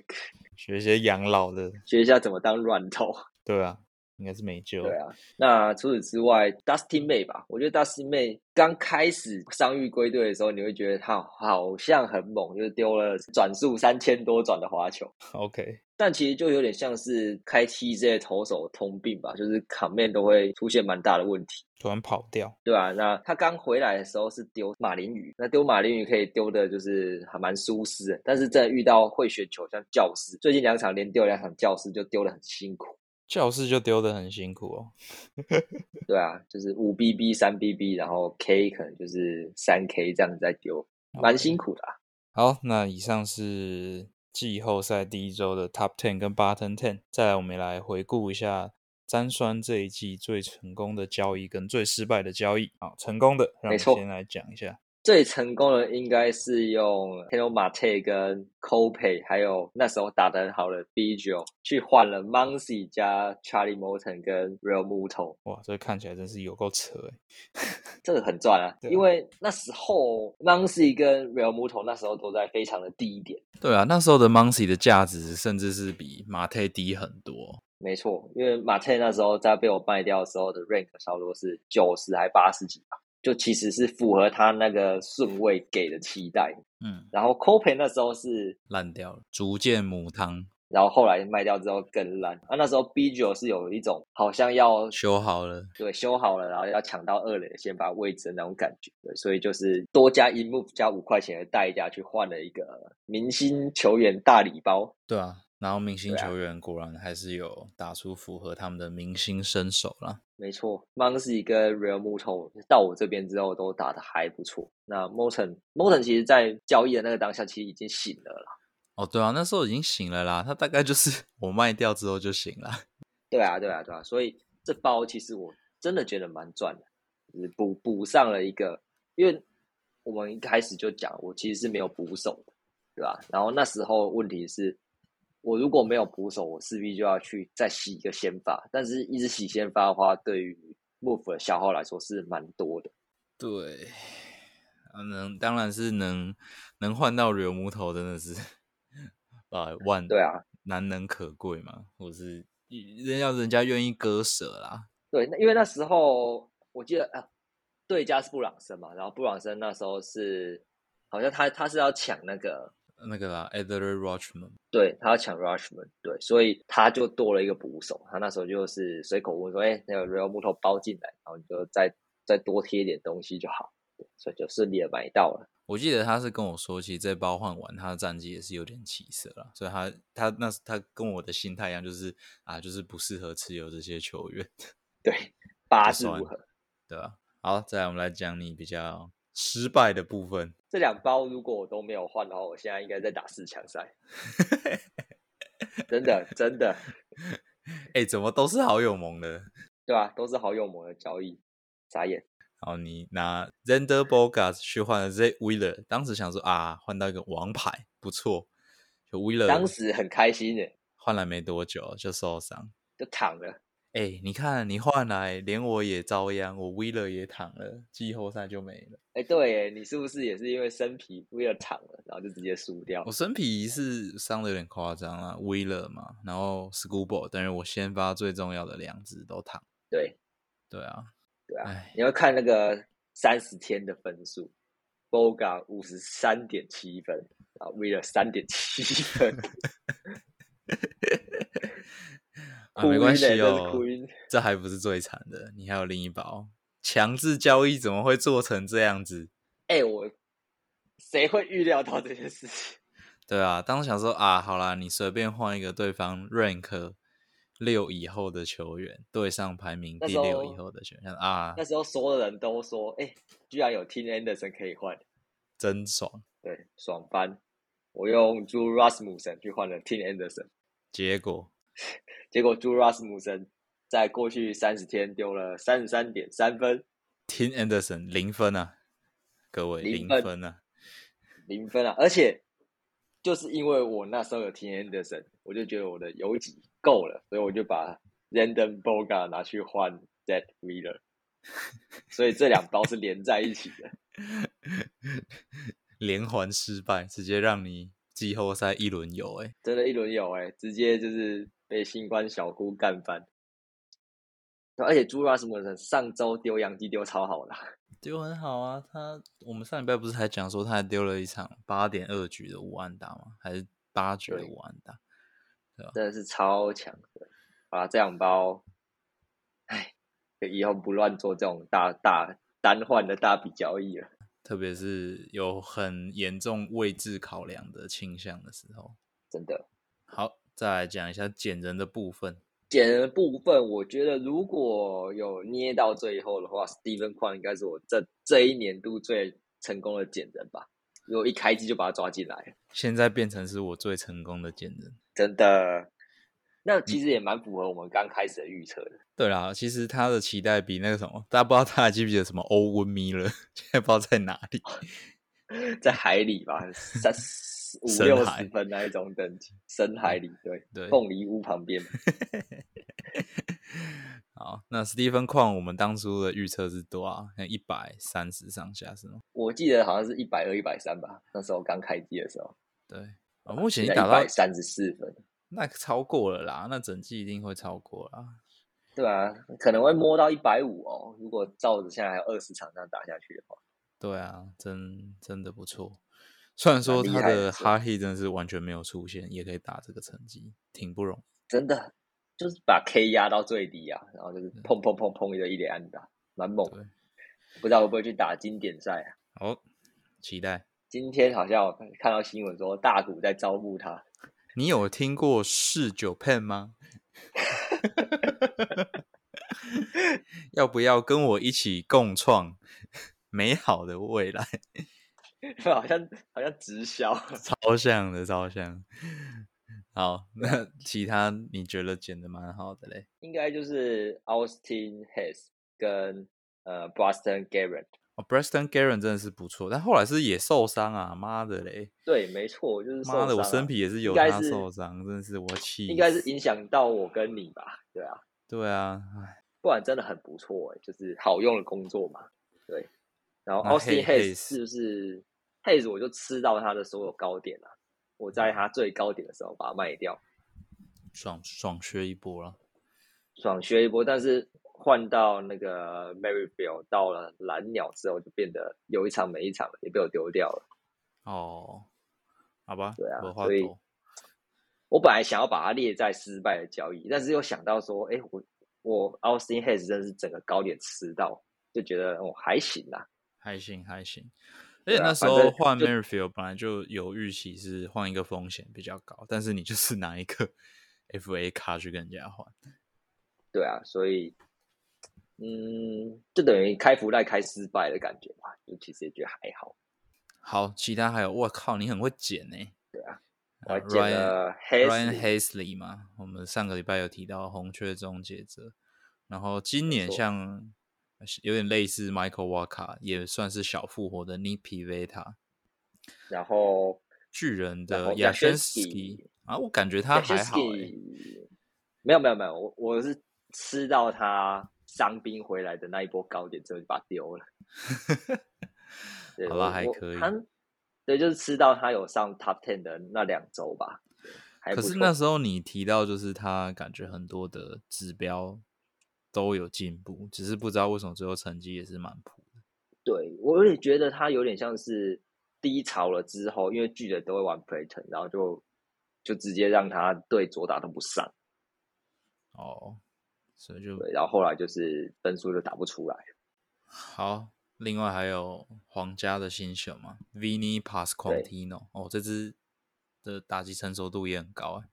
Speaker 1: 学一些养老的，
Speaker 2: 学一下怎么当软头。
Speaker 1: 对啊，应该是没救了。
Speaker 2: 对啊，那除此之外，Dustin May 吧，我觉得 Dustin May 刚开始伤愈归队的时候，你会觉得他好像很猛，就是丢了转速三千多转的滑球，
Speaker 1: OK，
Speaker 2: 但其实就有点像是开 T 这些投手通病吧，就是场面都会出现蛮大的问题。
Speaker 1: 突然跑掉，
Speaker 2: 对吧、那他刚回来的时候是丢马林鱼，那丢马林鱼可以丢的就是还蛮舒适的，但是真的遇到会选球，像教师最近两场连丢两场教师就丢的很辛苦，
Speaker 1: 教室就丢的很辛苦哦。
Speaker 2: 对啊，就是五 BB 三 BB，然后 K 可能就是三 K 这样子在丢，蛮
Speaker 1: OK
Speaker 2: 辛苦的、啊。
Speaker 1: 好，那以上是季后赛第一周的 Top Ten 跟 Bottom Ten。再来，我们也来回顾一下詹酸这一季最成功的交易跟最失败的交易。好，成功的，让
Speaker 2: 没
Speaker 1: 我
Speaker 2: 错
Speaker 1: 先来讲一下。
Speaker 2: 最成功的应该是用 t e n o Mate 跟 Cope，还有那时候打得很好的 b j o 去换了 Muncy 加 Charlie Morton 跟 Real Muto，
Speaker 1: 哇，这看起来真是有够扯欸诶。
Speaker 2: 这个很赚啊！
Speaker 1: 对啊
Speaker 2: 因为那时候 Muncy 跟 Real Muto 那时候都在非常的低点，
Speaker 1: 对啊，那时候的 Muncy 的价值甚至是比马泰低很多。
Speaker 2: 没错，因为 Mate 那时候在被我卖掉的时候的 rank 差不多是九十还八十几吧，就其实是符合他那个顺位给的期待。
Speaker 1: 嗯，
Speaker 2: 然后 Cope 那时候是
Speaker 1: 烂掉了，逐渐母汤
Speaker 2: 然后后来卖掉之后更烂。啊，那时候 B 九是有一种好像要
Speaker 1: 修好了。
Speaker 2: 对修好了，然后要抢到二垒先把位置的那种感觉，对，所以就是多加一 move 加五块钱的代价去换了一个明星球员大礼包。
Speaker 1: 对啊，然后明星
Speaker 2: 对啊
Speaker 1: 球员果然还是有打出符合他们的明星身手啦。
Speaker 2: 没错 m o n s y 跟 Real Muto 到我这边之后都打得还不错。那 Morton Morton 其实在交易的那个当下其实已经醒了啦。
Speaker 1: 哦，对啊，那时候已经醒了啦，他大概就是 我卖掉之后就醒了。
Speaker 2: 对啊，对啊，对啊，所以这包其实我真的觉得蛮赚的，就是补补上了一个，因为我们一开始就讲，我其实是没有补手的，对吧？然后那时候问题是，我如果没有补手，我势必就要去再洗一个先发，但是一直洗先发的话，对于 move 的消耗来说是蛮多的。
Speaker 1: 对，啊能当然是能能换到柳木头，真的是 百万
Speaker 2: 对啊，
Speaker 1: 难能可贵嘛，或是人要人家愿意割舍啦。
Speaker 2: 对，那因为那时候我记得啊，对家是布朗森嘛，然后布朗森那时候是好像他他是要抢那个
Speaker 1: 那个啦 e d w a r Rochman，
Speaker 2: 对他要抢 Rushman，对，所以他就多了一个捕手。他那时候就是随口问说：“哎、那个 Real 木头包进来，然后你就再再多贴一点东西就好。”对，所以就顺利的买到了。
Speaker 1: 我记得他是跟我说，其实这包换完，他的战绩也是有点起色了，所以他他那他跟我的心态一样，就是啊，就是不适合持有这些球员，
Speaker 2: 对，八
Speaker 1: 就
Speaker 2: 字
Speaker 1: 算
Speaker 2: 如
Speaker 1: 了
Speaker 2: 何？
Speaker 1: 对吧、好，再来我们来讲你比较失败的部分。
Speaker 2: 这两包如果我都没有换的话，我现在应该在打四强赛。真的，真的，
Speaker 1: 哎、怎么都是好友盟的？
Speaker 2: 对吧、都是好友盟的交易，傻眼。
Speaker 1: 然后你拿 Zander Bogarts 去换了 Z Wheeler，当时想说啊，换到一个王牌不错，就 Wheeler
Speaker 2: 当时很开心的，
Speaker 1: 换来没多久就受伤。
Speaker 2: 就躺了。
Speaker 1: 哎、你看你换来，连我也遭殃，我 Wheeler 也躺了，季后赛就没了。
Speaker 2: 哎，对耶，你是不是也是因为生皮为了躺了，然后就直接输掉
Speaker 1: 我？生皮是伤的有点夸张啊，Wheeler 嘛，然后 Scoobo，但是我先发最重要的两只都躺。
Speaker 2: 对，
Speaker 1: 对啊，
Speaker 2: 对啊
Speaker 1: 哎，
Speaker 2: 你要看那个三十天的分数，Boga 五十三点七分，啊 w e e 三点七分，
Speaker 1: 啊，没关系
Speaker 2: 哭晕欸真
Speaker 1: 哦
Speaker 2: 是哭晕，
Speaker 1: 这还不是最惨的，你还有另一包强制交易，怎么会做成这样子？
Speaker 2: 哎、我谁会预料到这件事情？
Speaker 1: 对啊，当时想说啊，好啦，你随便换一个对方 rank 六以后的球员，对上排名
Speaker 2: 那
Speaker 1: 第
Speaker 2: 时
Speaker 1: 六
Speaker 2: 候
Speaker 1: 以后的球员啊
Speaker 2: 那，时候所有人都说，哎、居然有 Tim Anderson 可以换，
Speaker 1: 真爽！
Speaker 2: 对，爽翻！我用 Drew Rasmussen 去换了 Tim Anderson，
Speaker 1: 结果
Speaker 2: 结果 Drew Rasmussen 在过去三十天丢了三十三点三分，
Speaker 1: Tim Anderson 零分啊，各位
Speaker 2: 零
Speaker 1: 零
Speaker 2: 分
Speaker 1: 分啊，
Speaker 2: 零分啊！而且就是因为我那时候有听 Anderson，我就觉得我的游击够了，所以我就把 Random Boga 拿去换 Zed Wheeler，所以这两包是连在一起的。
Speaker 1: 连环失败，直接让你季后赛一轮游哎、
Speaker 2: 欸真的，一轮游哎，直接就是被新冠小姑干翻。而且朱拉什么人上周丢洋基丢超好的，
Speaker 1: 丢很好啊。他我们上礼拜不是还讲说他还丢了一场八点二局的五安打吗？还是八局的
Speaker 2: 对
Speaker 1: 五安打？
Speaker 2: 真的是超强的。啊，这两包，哎，以后不乱做这种大大单换的大笔交易了。
Speaker 1: 特别是有很严重位置考量的倾向的时候。
Speaker 2: 真的，
Speaker 1: 好，再来讲一下捡人的部分。
Speaker 2: 捡人的部分，我觉得如果有捏到最后的话，Steven Kwan 应该是我这这一年度最成功的捡人吧。如果一开机就把他抓进来了，
Speaker 1: 现在变成是我最成功的捡人。
Speaker 2: 真的，那其实也蛮符合我们刚开始的预测的。
Speaker 1: 对啦，其实他的期待比那个什么，大家不知道他还记不记得什么欧文米勒， 现在不知道在哪里。
Speaker 2: 在海里吧，三十五
Speaker 1: 深
Speaker 2: 六
Speaker 1: 海
Speaker 2: 十分那一种等级，深海里对，
Speaker 1: 对
Speaker 2: 凤梨屋旁边。
Speaker 1: 好，那 Stephen 矿我们当初的预测是多少？像一百三十上下是吗？
Speaker 2: 我记得好像是一百二、一百三吧，那时候刚开机的时候，
Speaker 1: 对，啊，目前已经
Speaker 2: 现在一
Speaker 1: 打到
Speaker 2: 百三十四分，
Speaker 1: 那个超过了啦，那整季一定会超过啦。
Speaker 2: 对啊，可能会摸到一百五哦。如果照着现在还有二十场这样打下去的话，
Speaker 1: 对啊，真真的不错。虽然说
Speaker 2: 啊厉
Speaker 1: 他
Speaker 2: 害
Speaker 1: 的
Speaker 2: 的是
Speaker 1: h a r y 真的是完全没有出现，也可以打这个成绩，挺不容易。
Speaker 2: 真的就是把 K 压到最低啊，然后就是
Speaker 1: 嗯
Speaker 2: 砰砰砰砰的一连安打，蛮猛的
Speaker 1: 对。
Speaker 2: 不知道会不会去打经典赛啊？
Speaker 1: 好，期待。
Speaker 2: 今天好像我看看到新闻说大谷在招募他，
Speaker 1: 你有听过嗜酒 pen 吗？ 要不要跟我一起共创 美好的未来？
Speaker 2: 好像好像直销。
Speaker 1: 超像的，超像。好，那其他你觉得剪的蛮好的嘞？
Speaker 2: 应该就是 Austin Hayes 跟呃 Boston Garrett。
Speaker 1: 哦，Preston Garren 真的是不错，但后来是也受伤啊，妈的嘞！
Speaker 2: 对，没错，就是受
Speaker 1: 妈的，我
Speaker 2: 伤
Speaker 1: 身
Speaker 2: 啊
Speaker 1: 体也是有
Speaker 2: 应该
Speaker 1: 他
Speaker 2: 是
Speaker 1: 受伤，真的是我气死。
Speaker 2: 应该是影响到我跟你吧？对啊，
Speaker 1: 对啊，唉
Speaker 2: 不然真的很不错哎、就是好用的工作嘛。对，然后
Speaker 1: 那
Speaker 2: Austin
Speaker 1: Hayes-
Speaker 2: Hayes 是不是 Hayes 我就吃到他的所有高点啊，我在他最高点的时候把它卖掉，
Speaker 1: 爽爽削一波了。
Speaker 2: 爽削一波。但是换到那个 Maryville 到了蓝鸟之后，就变得有一场没一场了，也被我丢掉了。
Speaker 1: 哦，好吧，
Speaker 2: 对啊
Speaker 1: 我话
Speaker 2: 所以
Speaker 1: 多。
Speaker 2: 我本来想要把它列在失败的交易，但是又想到说，哎、我我 Austin Hayes 真的是整个高点吃到，就觉得哦还行啦，
Speaker 1: 还行还行。而
Speaker 2: 对
Speaker 1: 且
Speaker 2: 啊
Speaker 1: 那时
Speaker 2: 反
Speaker 1: 候
Speaker 2: 正
Speaker 1: 换
Speaker 2: 就
Speaker 1: Merrifield 本来就有预期是换一个风险比较高，但是你就是拿一个 FA 卡去跟人家换，
Speaker 2: 对啊，所以嗯，就等于开福袋开失败的感觉吧，就其实也觉得还好，
Speaker 1: 好，其他还有，我靠，你很会捡呢、
Speaker 2: 对啊，我
Speaker 1: 呃
Speaker 2: 还捡了
Speaker 1: Ryan Ryan
Speaker 2: Hayes，
Speaker 1: Hasley 嘛，我们上个礼拜有提到红雀终结者，然后今年
Speaker 2: 错
Speaker 1: 像有点类似 Michael Waka，也算是小复活的 Nipi Veta
Speaker 2: 然后
Speaker 1: 巨人
Speaker 2: 然后
Speaker 1: 的亚轩
Speaker 2: Yastrzemski
Speaker 1: 啊，我感觉他还好、欸，
Speaker 2: Yashewski- 没有没有没有，我我是吃到他伤兵回来的那一波高点之后就把它丢了。对
Speaker 1: 好
Speaker 2: 我
Speaker 1: 啦，还
Speaker 2: 我
Speaker 1: 可以。
Speaker 2: 他对，就是吃到他有上 top ten 的那两周吧，对还
Speaker 1: 可
Speaker 2: 不
Speaker 1: 是
Speaker 2: 错
Speaker 1: 那时候你提到，就是他感觉很多的指标都有进步，只是不知道为什么最后成绩也是蛮普的。
Speaker 2: 对我也觉得他有点像是低潮了之后，因为巨人都会玩 Playton，然后就就直接让他对左打都不上，
Speaker 1: 哦，所以就
Speaker 2: 对，然后后来就是分数就打不出来。
Speaker 1: 好。另外还有皇家的新秀嘛，Vini Pasquantino，哦，这支的打击成熟度也很高哎。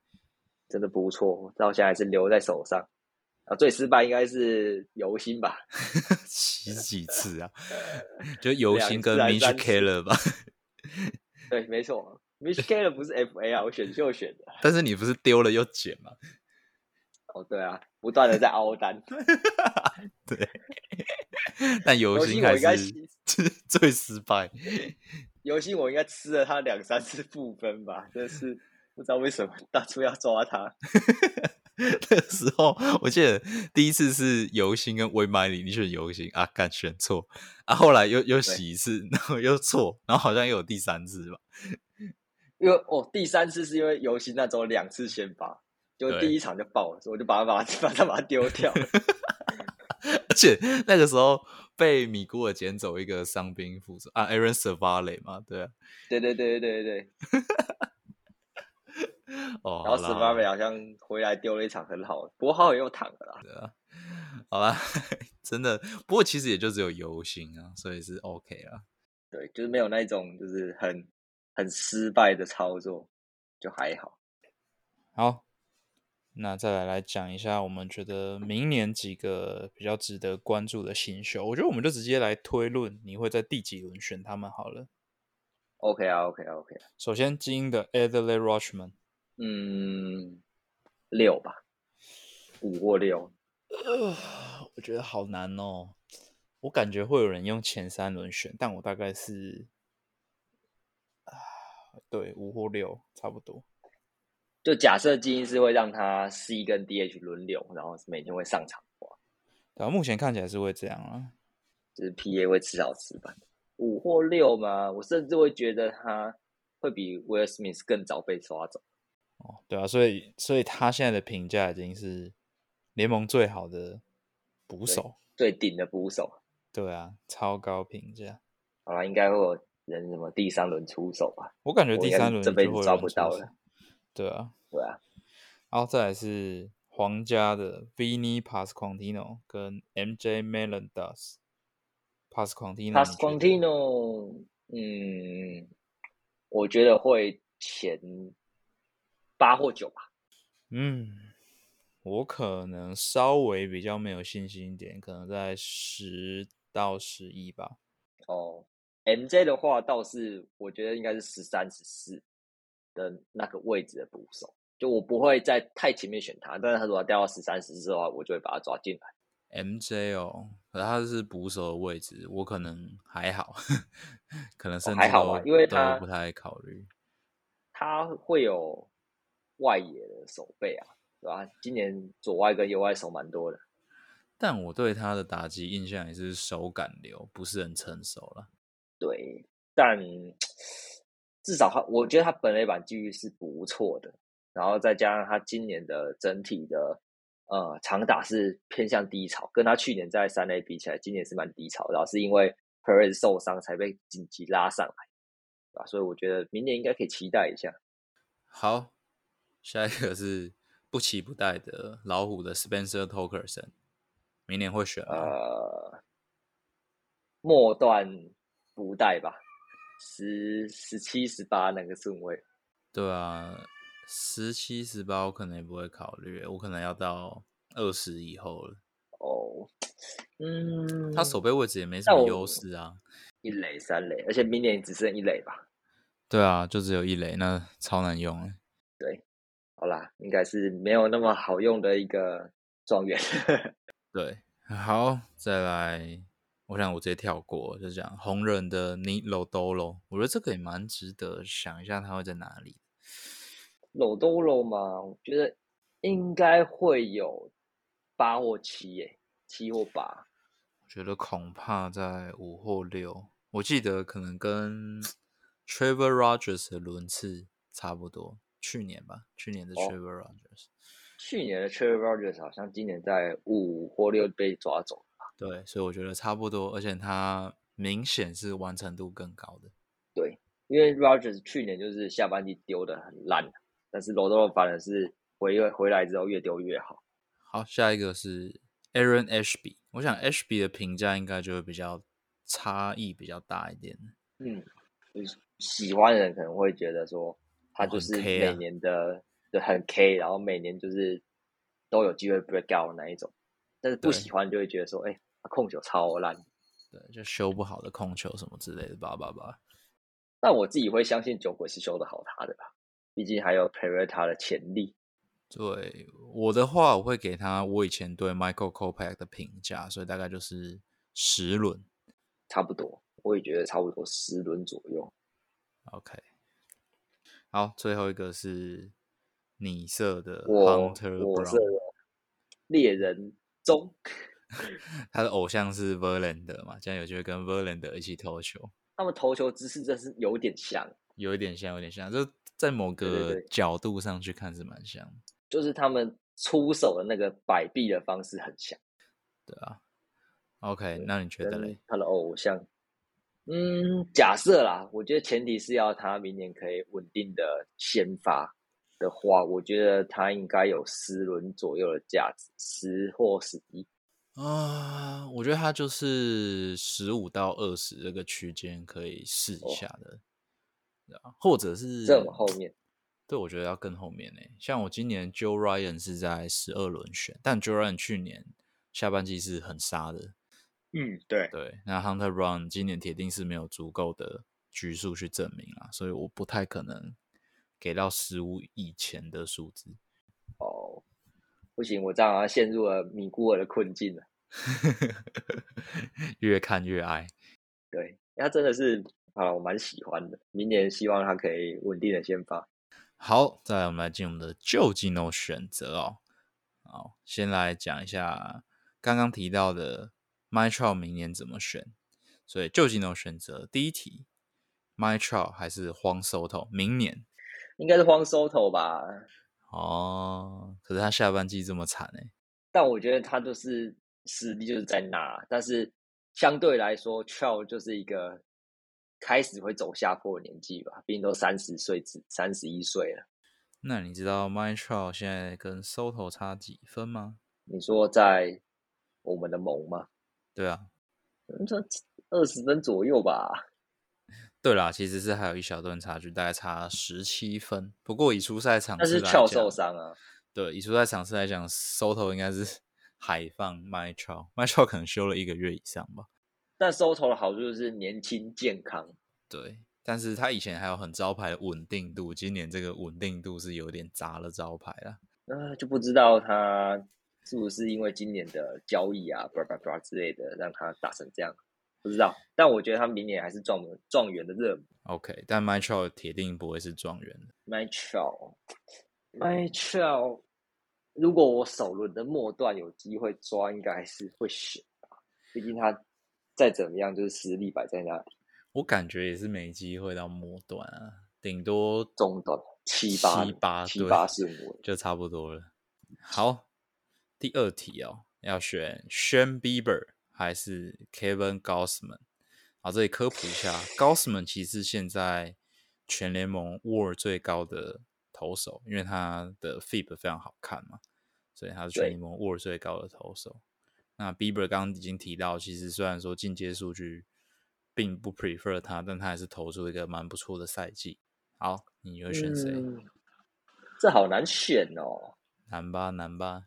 Speaker 2: 真的不错，到现在还是留在手上。啊，最失败应该是游心吧，
Speaker 1: 洗 几次啊？就游
Speaker 2: 两
Speaker 1: 心
Speaker 2: 次
Speaker 1: 跟
Speaker 2: 还
Speaker 1: m
Speaker 2: 是
Speaker 1: i s h
Speaker 2: 三
Speaker 1: k e l l e r 吧。
Speaker 2: 对，没错 m i c h k e l 不是 FA 啊，我选秀选的。
Speaker 1: 但是你不是丢了又捡吗？
Speaker 2: 哦，对啊，不断的在凹单，
Speaker 1: 但游
Speaker 2: 游
Speaker 1: 心
Speaker 2: 心
Speaker 1: 还
Speaker 2: 我应该
Speaker 1: 是 最失败。
Speaker 2: 游戏我应该吃了他两三次负分吧，真的是不知道为什么当初要抓他。
Speaker 1: 那个时候，我记得第一次是游行跟威麦里，你选游行啊，干选错啊，后来又又洗一次，然后又错，然后好像又有第三次吧。
Speaker 2: 因为哦，第三次是因为游戏那周两次先发，就
Speaker 1: 对
Speaker 2: 第一场就爆了，所以我就把他把他把他把他丢掉了。
Speaker 1: 且那个时候被米古尔捡走一个伤兵副手啊，Aaron Savale 嘛，对啊，
Speaker 2: 对对对对对对。
Speaker 1: 哦，
Speaker 2: 然后啊
Speaker 1: 好
Speaker 2: s
Speaker 1: 啦
Speaker 2: p a r y 好像回来丢了一场很好，不过浩尔又躺了啦。
Speaker 1: 好啦， 真的，不过其实也就只有游行啊，所以是 OK 啦。
Speaker 2: 对，就是没有那一种就是很很失败的操作，就还好。
Speaker 1: 好，那再来来讲一下，我们觉得明年几个比较值得关注的新秀，我觉得我们就直接来推论，你会在第几轮选他们好了。
Speaker 2: OK 啊，OK 啊，OK 啊，
Speaker 1: 首先，精英的 Adley Rushman，
Speaker 2: 嗯，六吧，五或六。
Speaker 1: 呃，我觉得好难哦。我感觉会有人用前三轮选，但我大概是啊，对，五或六差不多。
Speaker 2: 就假设基因是会让他 C 跟 DH 轮流，然后每天会上场的话，
Speaker 1: 然后啊目前看起来是会这样啊。
Speaker 2: 就是 PA 会吃好吃吧。五或六嘛，我甚至会觉得他会比 Will Smith 更早被刷走。
Speaker 1: 哦，对啊，所以所以他现在的评价已经是联盟最好的捕手，
Speaker 2: 最顶的捕手。
Speaker 1: 对啊，超高评价。
Speaker 2: 好啦，应该会有人什么第三轮出手吧？
Speaker 1: 我感觉
Speaker 2: 我
Speaker 1: 第
Speaker 2: 应该
Speaker 1: 三
Speaker 2: 是
Speaker 1: 轮
Speaker 2: 这
Speaker 1: 就
Speaker 2: 辈
Speaker 1: 会
Speaker 2: 子
Speaker 1: 有
Speaker 2: 抓
Speaker 1: 人
Speaker 2: 不
Speaker 1: 出
Speaker 2: 到
Speaker 1: 手
Speaker 2: 了，
Speaker 1: 对啊。
Speaker 2: 对啊，
Speaker 1: 然后再来是皇家的 Vini Pasquantino 跟 MJ Melendez。Pasquantino，
Speaker 2: 帕
Speaker 1: 你
Speaker 2: 斯
Speaker 1: 觉
Speaker 2: 光
Speaker 1: 得
Speaker 2: 蒂诺，嗯，我觉得会前八或九吧。
Speaker 1: 嗯，我可能稍微比较没有信心一点，可能在十到十一吧。
Speaker 2: 哦，MJ 的话倒是我觉得应该是十三、十四的那个位置的捕手，就我不会在太前面选他，但是他如果掉到十三、十四的话，我就会把他抓进来。
Speaker 1: MJ 哦，可是他是捕手的位置，我可能还好， 可能甚至都、
Speaker 2: 哦还好吧因为
Speaker 1: 都
Speaker 2: 他
Speaker 1: 不太考虑。
Speaker 2: 他会有外野的手背啊，对吧？今年左外跟右外手蛮多的。
Speaker 1: 但我对他的打击印象也是手感流，不是很成熟了。
Speaker 2: 对，但至少他，我觉得他本垒板纪律是不错的，然后再加上他今年的整体的呃长打是偏向低潮，跟他去年在三垒比起来，今年是蛮低潮的，然后是因为 Perez 受伤才被紧急拉上来，对吧？所以我觉得明年应该可以期待一下。
Speaker 1: 好，下一个是不期不待的老虎的 Spencer Torkerson，明年会选吗？
Speaker 2: 呃，末段不带吧，十十七十八那个顺位，
Speaker 1: 对啊，十七、十八我可能也不会考虑，我可能要到二十以后了。
Speaker 2: 哦，嗯，
Speaker 1: 他手背位置也没什
Speaker 2: 但
Speaker 1: 么
Speaker 2: 我
Speaker 1: 优势啊。
Speaker 2: 一垒、三垒，而且明年只剩一垒吧？
Speaker 1: 对啊，就只有一垒，那超难用欸
Speaker 2: 好啦，应该是没有那么好用的一个状元。
Speaker 1: 对，好，再来，我想我直接跳过，就讲红人的 Nilo Dolo，我觉得这个也蛮值得想一下他会在哪里。
Speaker 2: 搂都搂嘛，我觉得应该会有八或七耶，七或八。
Speaker 1: 我觉得恐怕在五或六，我记得可能跟 Trevor Rogers 的轮次差不多，去年吧，去年的
Speaker 2: 哦
Speaker 1: Trevor Rogers，、
Speaker 2: 去年的 Trevor Rogers 好像今年在五或六被抓走，
Speaker 1: 对，所以我觉得差不多，而且他明显是完成度更高的。
Speaker 2: 因为 Rogers 去年就是下半季丢的很烂，啊但是搂都搂反而是回回来之后越丢越好。
Speaker 1: 好，下一个是 Aaron Ashby，我想 Ashby 的评价应该就会比较差异比较大一点。
Speaker 2: 嗯，就是喜欢的人可能会觉得说，他
Speaker 1: 哦
Speaker 2: 就
Speaker 1: 很
Speaker 2: 是
Speaker 1: K
Speaker 2: 每
Speaker 1: 啊
Speaker 2: 年的对很 K，然后每年就是都有机会 break out 的那一种，但是不
Speaker 1: 对
Speaker 2: 喜欢就会觉得说，哎、他控球超烂。
Speaker 1: 对，就修不好的控球什么之类的，叭叭叭。
Speaker 2: 但我自己会相信酒鬼是修得好他的吧，毕竟还有 Peretta 的潜力。
Speaker 1: 对我的话，我会给他我以前对 Michael Kopech 的评价，所以大概就是十轮。
Speaker 2: 差不多，我也觉得差不多十轮左右。
Speaker 1: OK，好，最后一个是你色的
Speaker 2: 我
Speaker 1: Hunter
Speaker 2: 我是
Speaker 1: Brown，
Speaker 2: 猎人中，
Speaker 1: 他的偶像是 Verlander 嘛，这样有机会跟 Verlander 一起投球，
Speaker 2: 他们投球姿势真是有点像，
Speaker 1: 有一点像，有点像，就在某
Speaker 2: 对对
Speaker 1: 个
Speaker 2: 对
Speaker 1: 角度上去看是蛮像的。
Speaker 2: 就是他们出手的那个摆臂的方式很像。
Speaker 1: 对啊， OK，那你觉得嘞
Speaker 2: 跟？他的偶像。嗯，假设啦，我觉得前提是要他明年可以稳定的先发的话，我觉得他应该有十轮左右的价值，十或十一。
Speaker 1: 啊，我觉得他就是十五到二十这个区间可以试一下的，对啊或者是
Speaker 2: 哦这么后面，
Speaker 1: 对，我觉得要更后面呢、欸像我今年 Joe Ryan 是在十二轮选，但 Joe Ryan 去年下半季是很杀的，
Speaker 2: 嗯，对，
Speaker 1: 对，那 Hunter Brown 今年铁定是没有足够的局数去证明啊，所以我不太可能给到十五以前的数字。
Speaker 2: 哦，不行，我这样好像陷入了米古尔的困境了。
Speaker 1: 越看越爱。
Speaker 2: 对，他真的是啊，我蛮喜欢的。明年希望他可以稳定的先发。
Speaker 1: 好，再来我们来进我们的旧技能选择哦。好，先来讲一下刚刚提到的 My Trial 明年怎么选。所以旧技能选择第一题，My Trial 还是荒 Soto 明年？
Speaker 2: 应该是荒收头吧，
Speaker 1: 哦，可是他下半季这么惨哎、
Speaker 2: 但我觉得他就是实力就是在那，但是相对来说 c h e l 就是一个开始会走下坡的年纪吧，毕竟都三十岁至三十一岁了。
Speaker 1: 那你知道 My Trial 现在跟 Soto 差几分吗？
Speaker 2: 你说在我们的盟吗？
Speaker 1: 对啊，
Speaker 2: 你说二十分左右吧。
Speaker 1: 对啦，其实是还有一小段差距，大概差十七分。不过以出赛场
Speaker 2: 但
Speaker 1: 次
Speaker 2: 是
Speaker 1: 来
Speaker 2: Chao
Speaker 1: 讲
Speaker 2: 受伤啊，
Speaker 1: 对，以出赛场次来讲，Soto 应该是 海放 My Trout，My Trout 可能休了一个月以上吧。
Speaker 2: 但收头的好处就是年轻健康，
Speaker 1: 对，但是他以前还有很招牌的稳定度，今年这个稳定度是有点砸了招牌了。
Speaker 2: 呃，就不知道他是不是因为今年的交易啊，巴拉巴拉巴拉之类的，让他打成这样，不知道。但我觉得他明年还是状元状元的热门。
Speaker 1: OK，但 My Trout 铁定不会是状元的。
Speaker 2: My Chow，My Chow，如果我首轮的末段有机会抓，应该还是会选吧。毕竟他再怎么样，就是实力摆在那里，
Speaker 1: 我感觉也是没机会到末端啊，顶多
Speaker 2: 中段七八
Speaker 1: 七八
Speaker 2: 七
Speaker 1: 对
Speaker 2: 八顺位。
Speaker 1: 就差不多了。好，第二题哦，要选 Sean Bieber 还是 Kevin Gausman？好，这里科普一下，Gausman 其实是现在全联盟 WAR 最高的投手，因为他的 FIP 非常好看嘛，所以他是全
Speaker 2: 对
Speaker 1: 联盟 WAR 最高的投手。那 Bieber 刚刚已经提到，其实虽然说进阶数据并不 prefer 他，但他还是投出一个蛮不错的赛季。好，你会选谁？
Speaker 2: 嗯，这好难选哦。
Speaker 1: 难吧，难吧。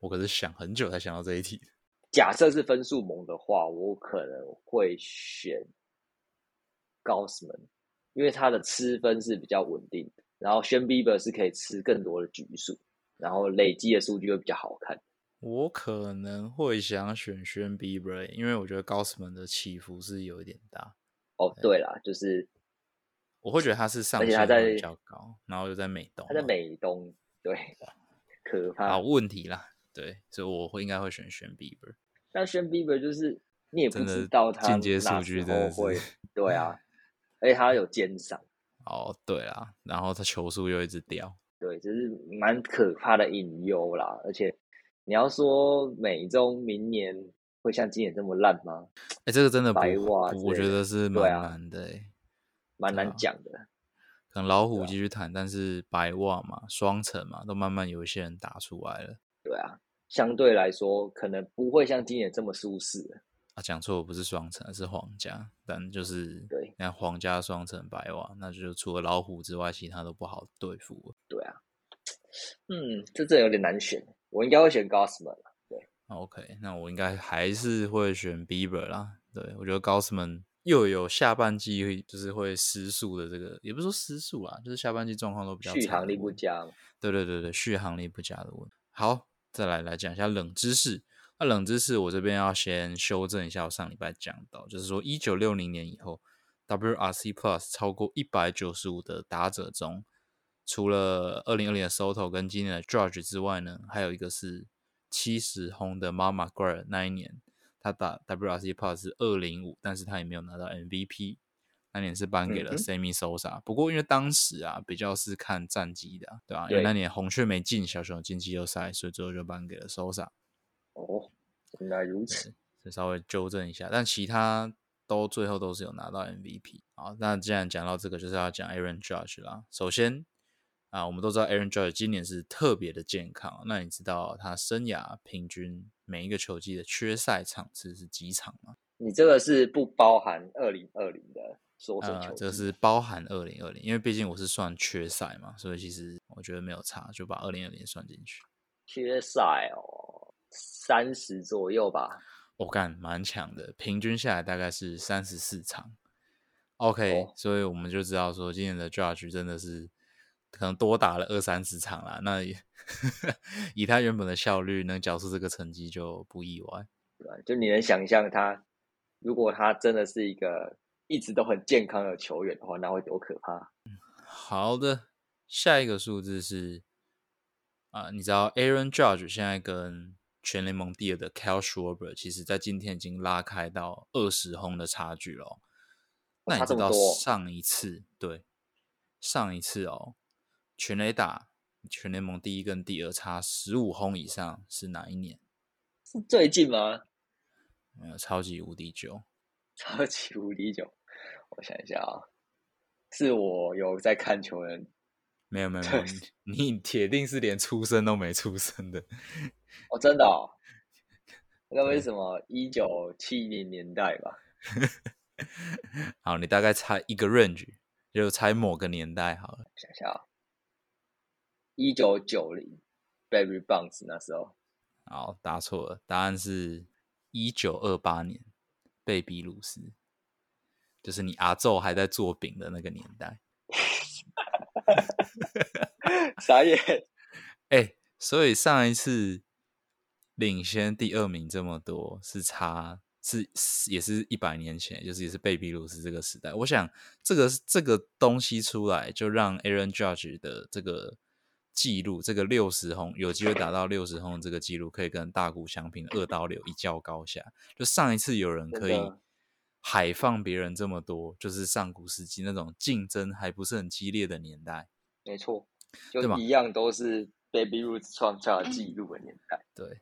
Speaker 1: 我可是想很久才想到这一题的。
Speaker 2: 假设是分数盟的话，我可能会选高斯门，因为他的吃分是比较稳定的，然后轩 Bieber 是可以吃更多的局数，然后累积的数据会比较好看。
Speaker 1: 我可能会想选轩 Bieber，因为我觉得高斯门的起伏是有一点大，
Speaker 2: 哦，对啦，就是
Speaker 1: 我会觉得他是上
Speaker 2: 而且
Speaker 1: 限
Speaker 2: 他
Speaker 1: 会
Speaker 2: 在
Speaker 1: 比较高，然后又在美东嘛，
Speaker 2: 他在美啊东，对，可
Speaker 1: 好
Speaker 2: 怕。
Speaker 1: 问题啦，对，所以我会应该会选轩 Bieber。
Speaker 2: 但轩 Bieber 就是你也不
Speaker 1: 真的
Speaker 2: 知道他
Speaker 1: 进阶数
Speaker 2: 哪
Speaker 1: 据
Speaker 2: 时
Speaker 1: 真的
Speaker 2: 候
Speaker 1: 是
Speaker 2: 会，对啊，而且他有肩赏，
Speaker 1: 哦，对啦，然后他球速又一直掉，
Speaker 2: 对，就是蛮可怕的隐忧啦。而且你要说美中明年会像今年这么烂吗？
Speaker 1: 哎，这个真的不
Speaker 2: 白袜
Speaker 1: 不，
Speaker 2: 之
Speaker 1: 我觉
Speaker 2: 类的
Speaker 1: 得是
Speaker 2: 对
Speaker 1: 蛮
Speaker 2: 啊
Speaker 1: 难的欸。
Speaker 2: 蛮
Speaker 1: 对
Speaker 2: 难
Speaker 1: 啊
Speaker 2: 讲的。
Speaker 1: 可能老
Speaker 2: 啊
Speaker 1: 虎继续谈，但是白袜嘛、双层嘛，都慢慢有一些人打出来了。
Speaker 2: 对啊，相对来说可能不会像今年这么舒适。
Speaker 1: 啊，讲错，我不是双层，是皇家，但就是
Speaker 2: 对，
Speaker 1: 那皇家双层白袜，那就除了老虎之外，其他都不好对付了。
Speaker 2: 对啊，嗯，这真的有点难选。我应该会选 Gossman，
Speaker 1: 啊 OK，那我应该还是会选 Bieber 啦。对，我觉得高斯曼又有下半季会就是会失速的这个，也不是说失速啊，就是下半季状况都比较
Speaker 2: 续
Speaker 1: 差
Speaker 2: 航
Speaker 1: 的
Speaker 2: 力不
Speaker 1: 问题
Speaker 2: 佳嘛。
Speaker 1: 对对对对，续航力不佳的问题。好，再来来讲一下冷知识。那冷知识我这边要先修正一下，我上礼拜讲到，就是说一九六零年以后，WRC Plus 超过一百九十五的打者中，除了二零二零的 Soto 跟今年的 Judge 之外呢，还有一个是七十轰的 m a m a g u i r e 那一年，他打 WRC Plus 是二零五，但是他也没有拿到 MVP。那年是颁给了
Speaker 2: 嗯哼
Speaker 1: Sammy Sosa，、不过因为当时啊比较是看战绩的啊、对吧、因为
Speaker 2: 对
Speaker 1: 那年红雀没进小熊进季后赛，所以最后就颁给了 Sosa。
Speaker 2: 哦，原来如此。
Speaker 1: 就稍微纠正一下。但其他都最后都是有拿到 MVP 啊。那既然讲到这个，就是要讲 Aaron Judge 啦。首先啊，我们都知道 Aaron Judge 今年是特别的健康。啊那你知道他生涯平均每一个球季的缺赛场次是几场吗？
Speaker 2: 你这个是不包含二零二零的缩水
Speaker 1: 呃，
Speaker 2: 球季，啊
Speaker 1: 这是包含二零二零，因为毕竟我是算缺赛嘛，所以其实我觉得没有差，就把二零二零算进去。
Speaker 2: 缺赛哦，三十左右吧。
Speaker 1: 我、干，蛮强的，平均下来大概是三十四场。OK，、
Speaker 2: 哦
Speaker 1: 所以我们就知道说今年的 Judge 真的是可能多打了二三十场啦。那也 以他原本的效率，能缴出这个成绩就不意外。
Speaker 2: 就你能想象他，如果他真的是一个一直都很健康的球员的话，那会多可怕？
Speaker 1: 好的，下一个数字是啊、你知道 Aaron Judge 现在跟全联盟第二的 Cal Schwarber，其实在今天已经拉开到二十轰的差距了哦、那你
Speaker 2: 差
Speaker 1: 知
Speaker 2: 这么
Speaker 1: 道
Speaker 2: 多哦
Speaker 1: 上一次对上一次哦，全垒打全联盟第一跟第二差十五轰以上是哪一年？
Speaker 2: 是最近吗？
Speaker 1: 呃，超级无敌久。
Speaker 2: 超级无敌久，我想一下啊，是我有在看球员
Speaker 1: 没有没有没有，你 你铁定是连出生都没出生的。
Speaker 2: 哦，真的哦，那
Speaker 1: 对
Speaker 2: 为什么一九七零年代吧？
Speaker 1: 好，你大概猜一个 range，就猜某个年代好了。
Speaker 2: 想一下啊，一九九零 Barry Bonds 那时候，
Speaker 1: 好，答错了，答案是一九二八年，贝比鲁斯，就是你阿昼还在做饼的那个年代。
Speaker 2: 傻眼，
Speaker 1: 哎、所以上一次领先第二名这么多，是差是是也是一百年前，就是也是贝比鲁斯这个时代。我想这个这个东西出来，就让 Aaron Judge 的这个记录，这个六十轰有机会达到六十轰这个记录，可以跟大谷翔平的二刀流一较高下。就上一次有人
Speaker 2: 真
Speaker 1: 可以
Speaker 2: 的
Speaker 1: 海放别人这么多，就是上古时期那种竞争还不是很激烈的年代。
Speaker 2: 没错，就
Speaker 1: 对吧
Speaker 2: 一样都是 Baby Ruth 创下了纪录的年代。
Speaker 1: 对，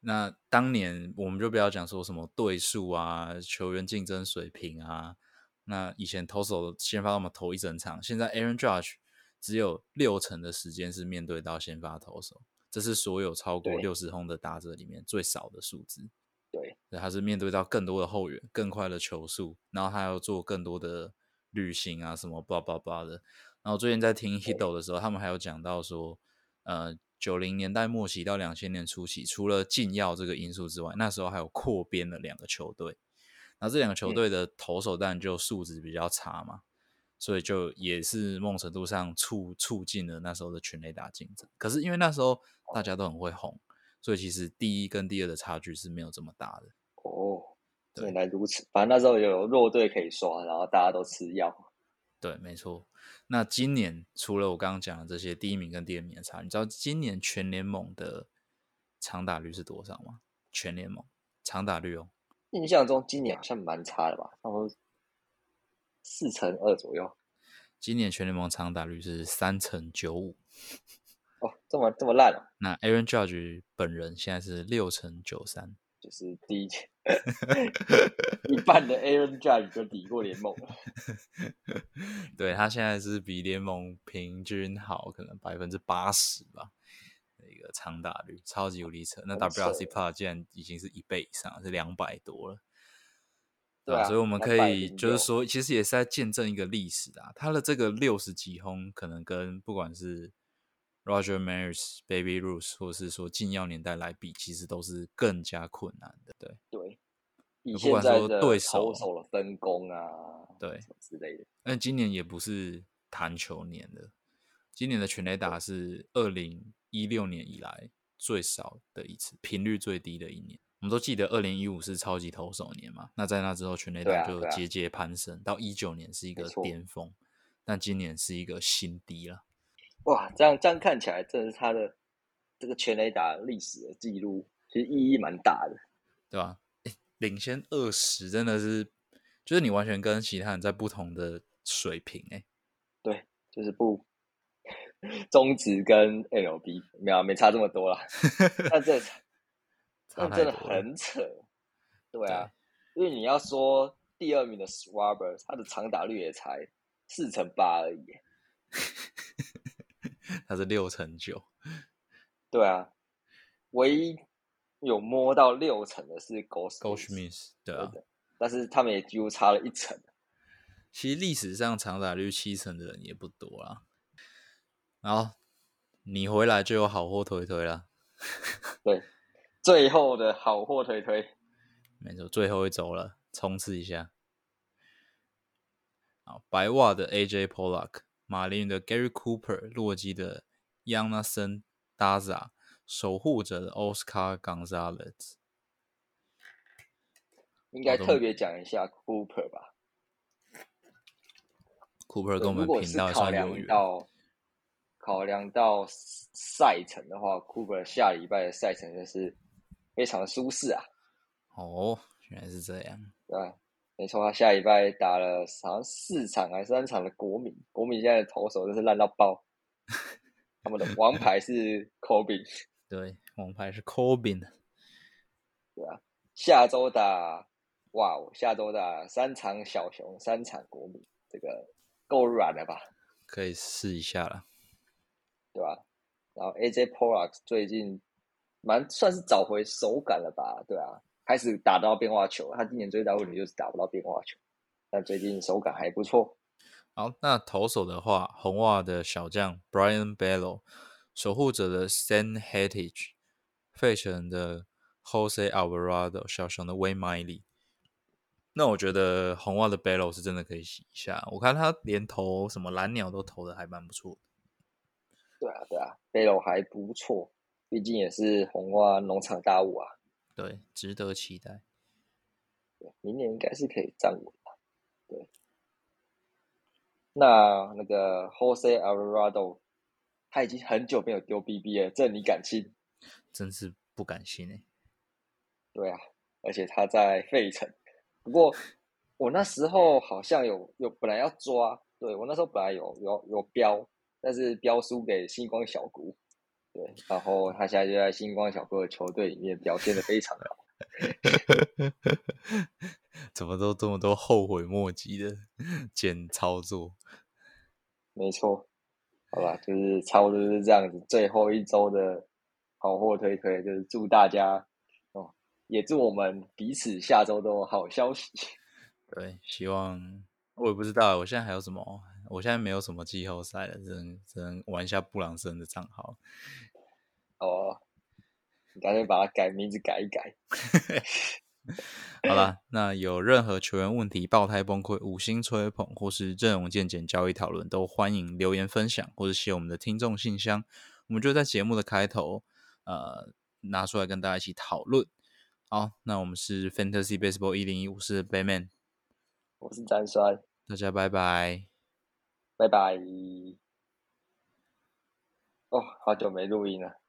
Speaker 1: 那当年我们就不要讲说什么对数啊、球员竞争水平啊。那以前投手先发我们投一整场，现在 Aaron Judge 只有六成的时间是面对到先发投手，这是所有超过
Speaker 2: 对
Speaker 1: 六十轰的打者里面最少的数字。
Speaker 2: 对，
Speaker 1: 他是面对到更多的后援、更快的球速，然后他要做更多的旅行啊，什么叭叭叭的。然后最近在听 Hito 的时候，他们还有讲到说，呃，九零年代末期到两千年初期，除了禁药这个因素之外，那时候还有扩编了两个球队，然后这两个球
Speaker 2: 嗯
Speaker 1: 队的投手当然就素质比较差嘛，所以就也是某种程度上促促进了那时候的全垒打竞争。可是因为那时候大家都很会红，所以其实第一跟第二的差距是没有这么大的。
Speaker 2: 哦，
Speaker 1: 对
Speaker 2: 原来如此。反正那时候有弱队可以刷，然后大家都吃药。
Speaker 1: 对，没错。那今年除了我刚刚讲的这些第一名跟第二名的差，你知道今年全联盟的长打率是多少吗？全联盟长打率哦，
Speaker 2: 印象中今年好像蛮差的吧，差不多四乘二左右。
Speaker 1: 今年全联盟长打率是三乘九五。
Speaker 2: 哦，这么这么烂啊！
Speaker 1: 那 Aaron Judge 本人现在是六乘九三，
Speaker 2: 就是第一 一半的 Aaron Judge 就抵过联盟了。
Speaker 1: 对他现在是比联盟平均好，可能百分之八十吧。一个长打率超级无敌扯，那
Speaker 2: 很扯哦
Speaker 1: WRC Plus 竟然已经是一倍以上，是两百多了。
Speaker 2: 对
Speaker 1: 吧
Speaker 2: 啊
Speaker 1: 所以我们可以
Speaker 2: 206
Speaker 1: 就是说，其实也是在见证一个历史啊。他的这个六十几轰，可能跟不管是 Roger Maris、Baby Ruth，或是说禁药年代来比，其实都是更加困难的。对
Speaker 2: 对，以
Speaker 1: 不
Speaker 2: 现
Speaker 1: 管
Speaker 2: 在
Speaker 1: 说
Speaker 2: 的
Speaker 1: 对手
Speaker 2: 投手的分工啊，
Speaker 1: 对
Speaker 2: 什，么之类的，
Speaker 1: 但今年也不是弹球年了，今年的全垒打是二零一六年以来最少的一次，频率最低的一年。我们都记得二零一五是超级投手年嘛，那在那之后全垒
Speaker 2: 对
Speaker 1: 打
Speaker 2: 啊
Speaker 1: 就
Speaker 2: 对啊
Speaker 1: 节节攀升，到一九年是一
Speaker 2: 没
Speaker 1: 个
Speaker 2: 错
Speaker 1: 巅峰，但今年是一个新低了。
Speaker 2: 哇，这样这样看起来，真的是他的这个全垒打历史的记录，其实意义蛮大的。
Speaker 1: 对吧？诶领先二十真的是，就是你完全跟其他人在不同的水平哎、
Speaker 2: 对，就是不中职跟 LB 没有啊没差这么多啦，但这
Speaker 1: 差
Speaker 2: 但
Speaker 1: 太
Speaker 2: 真的
Speaker 1: 多了
Speaker 2: 很扯。对啊，因为你要说第二名的 Swarber，他的长打率也才四成八而已。
Speaker 1: 他是六成九，
Speaker 2: 对啊，唯一有摸到六成的是 g o s
Speaker 1: g o s c h m i t h 对啊。
Speaker 2: 但是他们也几乎差了一成。
Speaker 1: 其实历史上长打率七成的人也不多啦。然后你回来就有好货推推啦，
Speaker 2: 对，最后的好货推推，
Speaker 1: 没错，最后一周了，冲刺一下。好，白袜的 AJ Pollock，马林鱼的 Gary Cooper，洛基的 Yanason Daza，守护者的 Oscar Gonzalez。
Speaker 2: 应该
Speaker 1: 好的
Speaker 2: 特别讲一下 Cooper 吧。
Speaker 1: Cooper
Speaker 2: 对
Speaker 1: 跟我
Speaker 2: 如果
Speaker 1: 们频
Speaker 2: 是
Speaker 1: 道
Speaker 2: 考
Speaker 1: 上有
Speaker 2: 量
Speaker 1: 缘，
Speaker 2: 到考量到赛程的话，Cooper 下礼拜的赛程就是非常舒适啊，
Speaker 1: 哦，原来是这样。
Speaker 2: 对吧？没错，他下礼拜打了好像四场还是三场的国民，国民现在的投手真是烂到爆，他们的王牌是 Kobe，
Speaker 1: 对，王牌是 Corbin，
Speaker 2: 下周打哇哦，下周打三场小熊，三场国民，这个够软了吧？
Speaker 1: 可以试一下啦。
Speaker 2: 对吧？然后 AJ Pollock 最近蛮算是找回手感了吧？对啊，开始打到变化球，他今年最大问题就是打不到变化球，但最近手感还不错。
Speaker 1: 好，那投手的话，红袜的小将 Brian Bello，守护者的 San Hattage，费城的 Jose Alvarado，小熊的 Wayne Miley。那我觉得红袜的 Bello 是真的可以洗一下，我看他连投什么蓝鸟都投的还蛮不错的。
Speaker 2: 对啊，对啊，贝罗还不错，毕竟也是红花农场大物啊，
Speaker 1: 对，值得期待。
Speaker 2: 明年应该是可以站稳的。对，那那个 Jose Alvarado，他已经很久没有丢 BB 了，这你敢信？
Speaker 1: 真是不敢信哎、
Speaker 2: 对啊，而且他在费城。不过我那时候好像有有本来要抓，对我那时候本来有有有标，但是标输给星光小姑。对，然后他现在就在星光小姑的球队里面表现的非常好。
Speaker 1: 怎么都这么多后悔莫及的 捡操作？
Speaker 2: 没错，好吧，就是差不多就是这样子。最后一周的好货推推，就是祝大家哦，也祝我们彼此下周都有好消息。
Speaker 1: 对，希望我也不知道，我现在还有什么？我现在没有什么季后赛了，只能只能玩一下布朗森的账号。
Speaker 2: 哦，你干脆把它改名字改一改。
Speaker 1: 好啦，那有任何球员问题、爆胎崩溃、五星吹捧，或是阵容见解、交易讨论，都欢迎留言分享，或者写我们的听众信箱，我们就在节目的开头，呃，拿出来跟大家一起讨论。好，那我们是 Fantasy Baseball 一零一，我是 Bayman，
Speaker 2: 我是詹酸。
Speaker 1: 大家拜拜。
Speaker 2: 拜拜。哦，好久没录音了。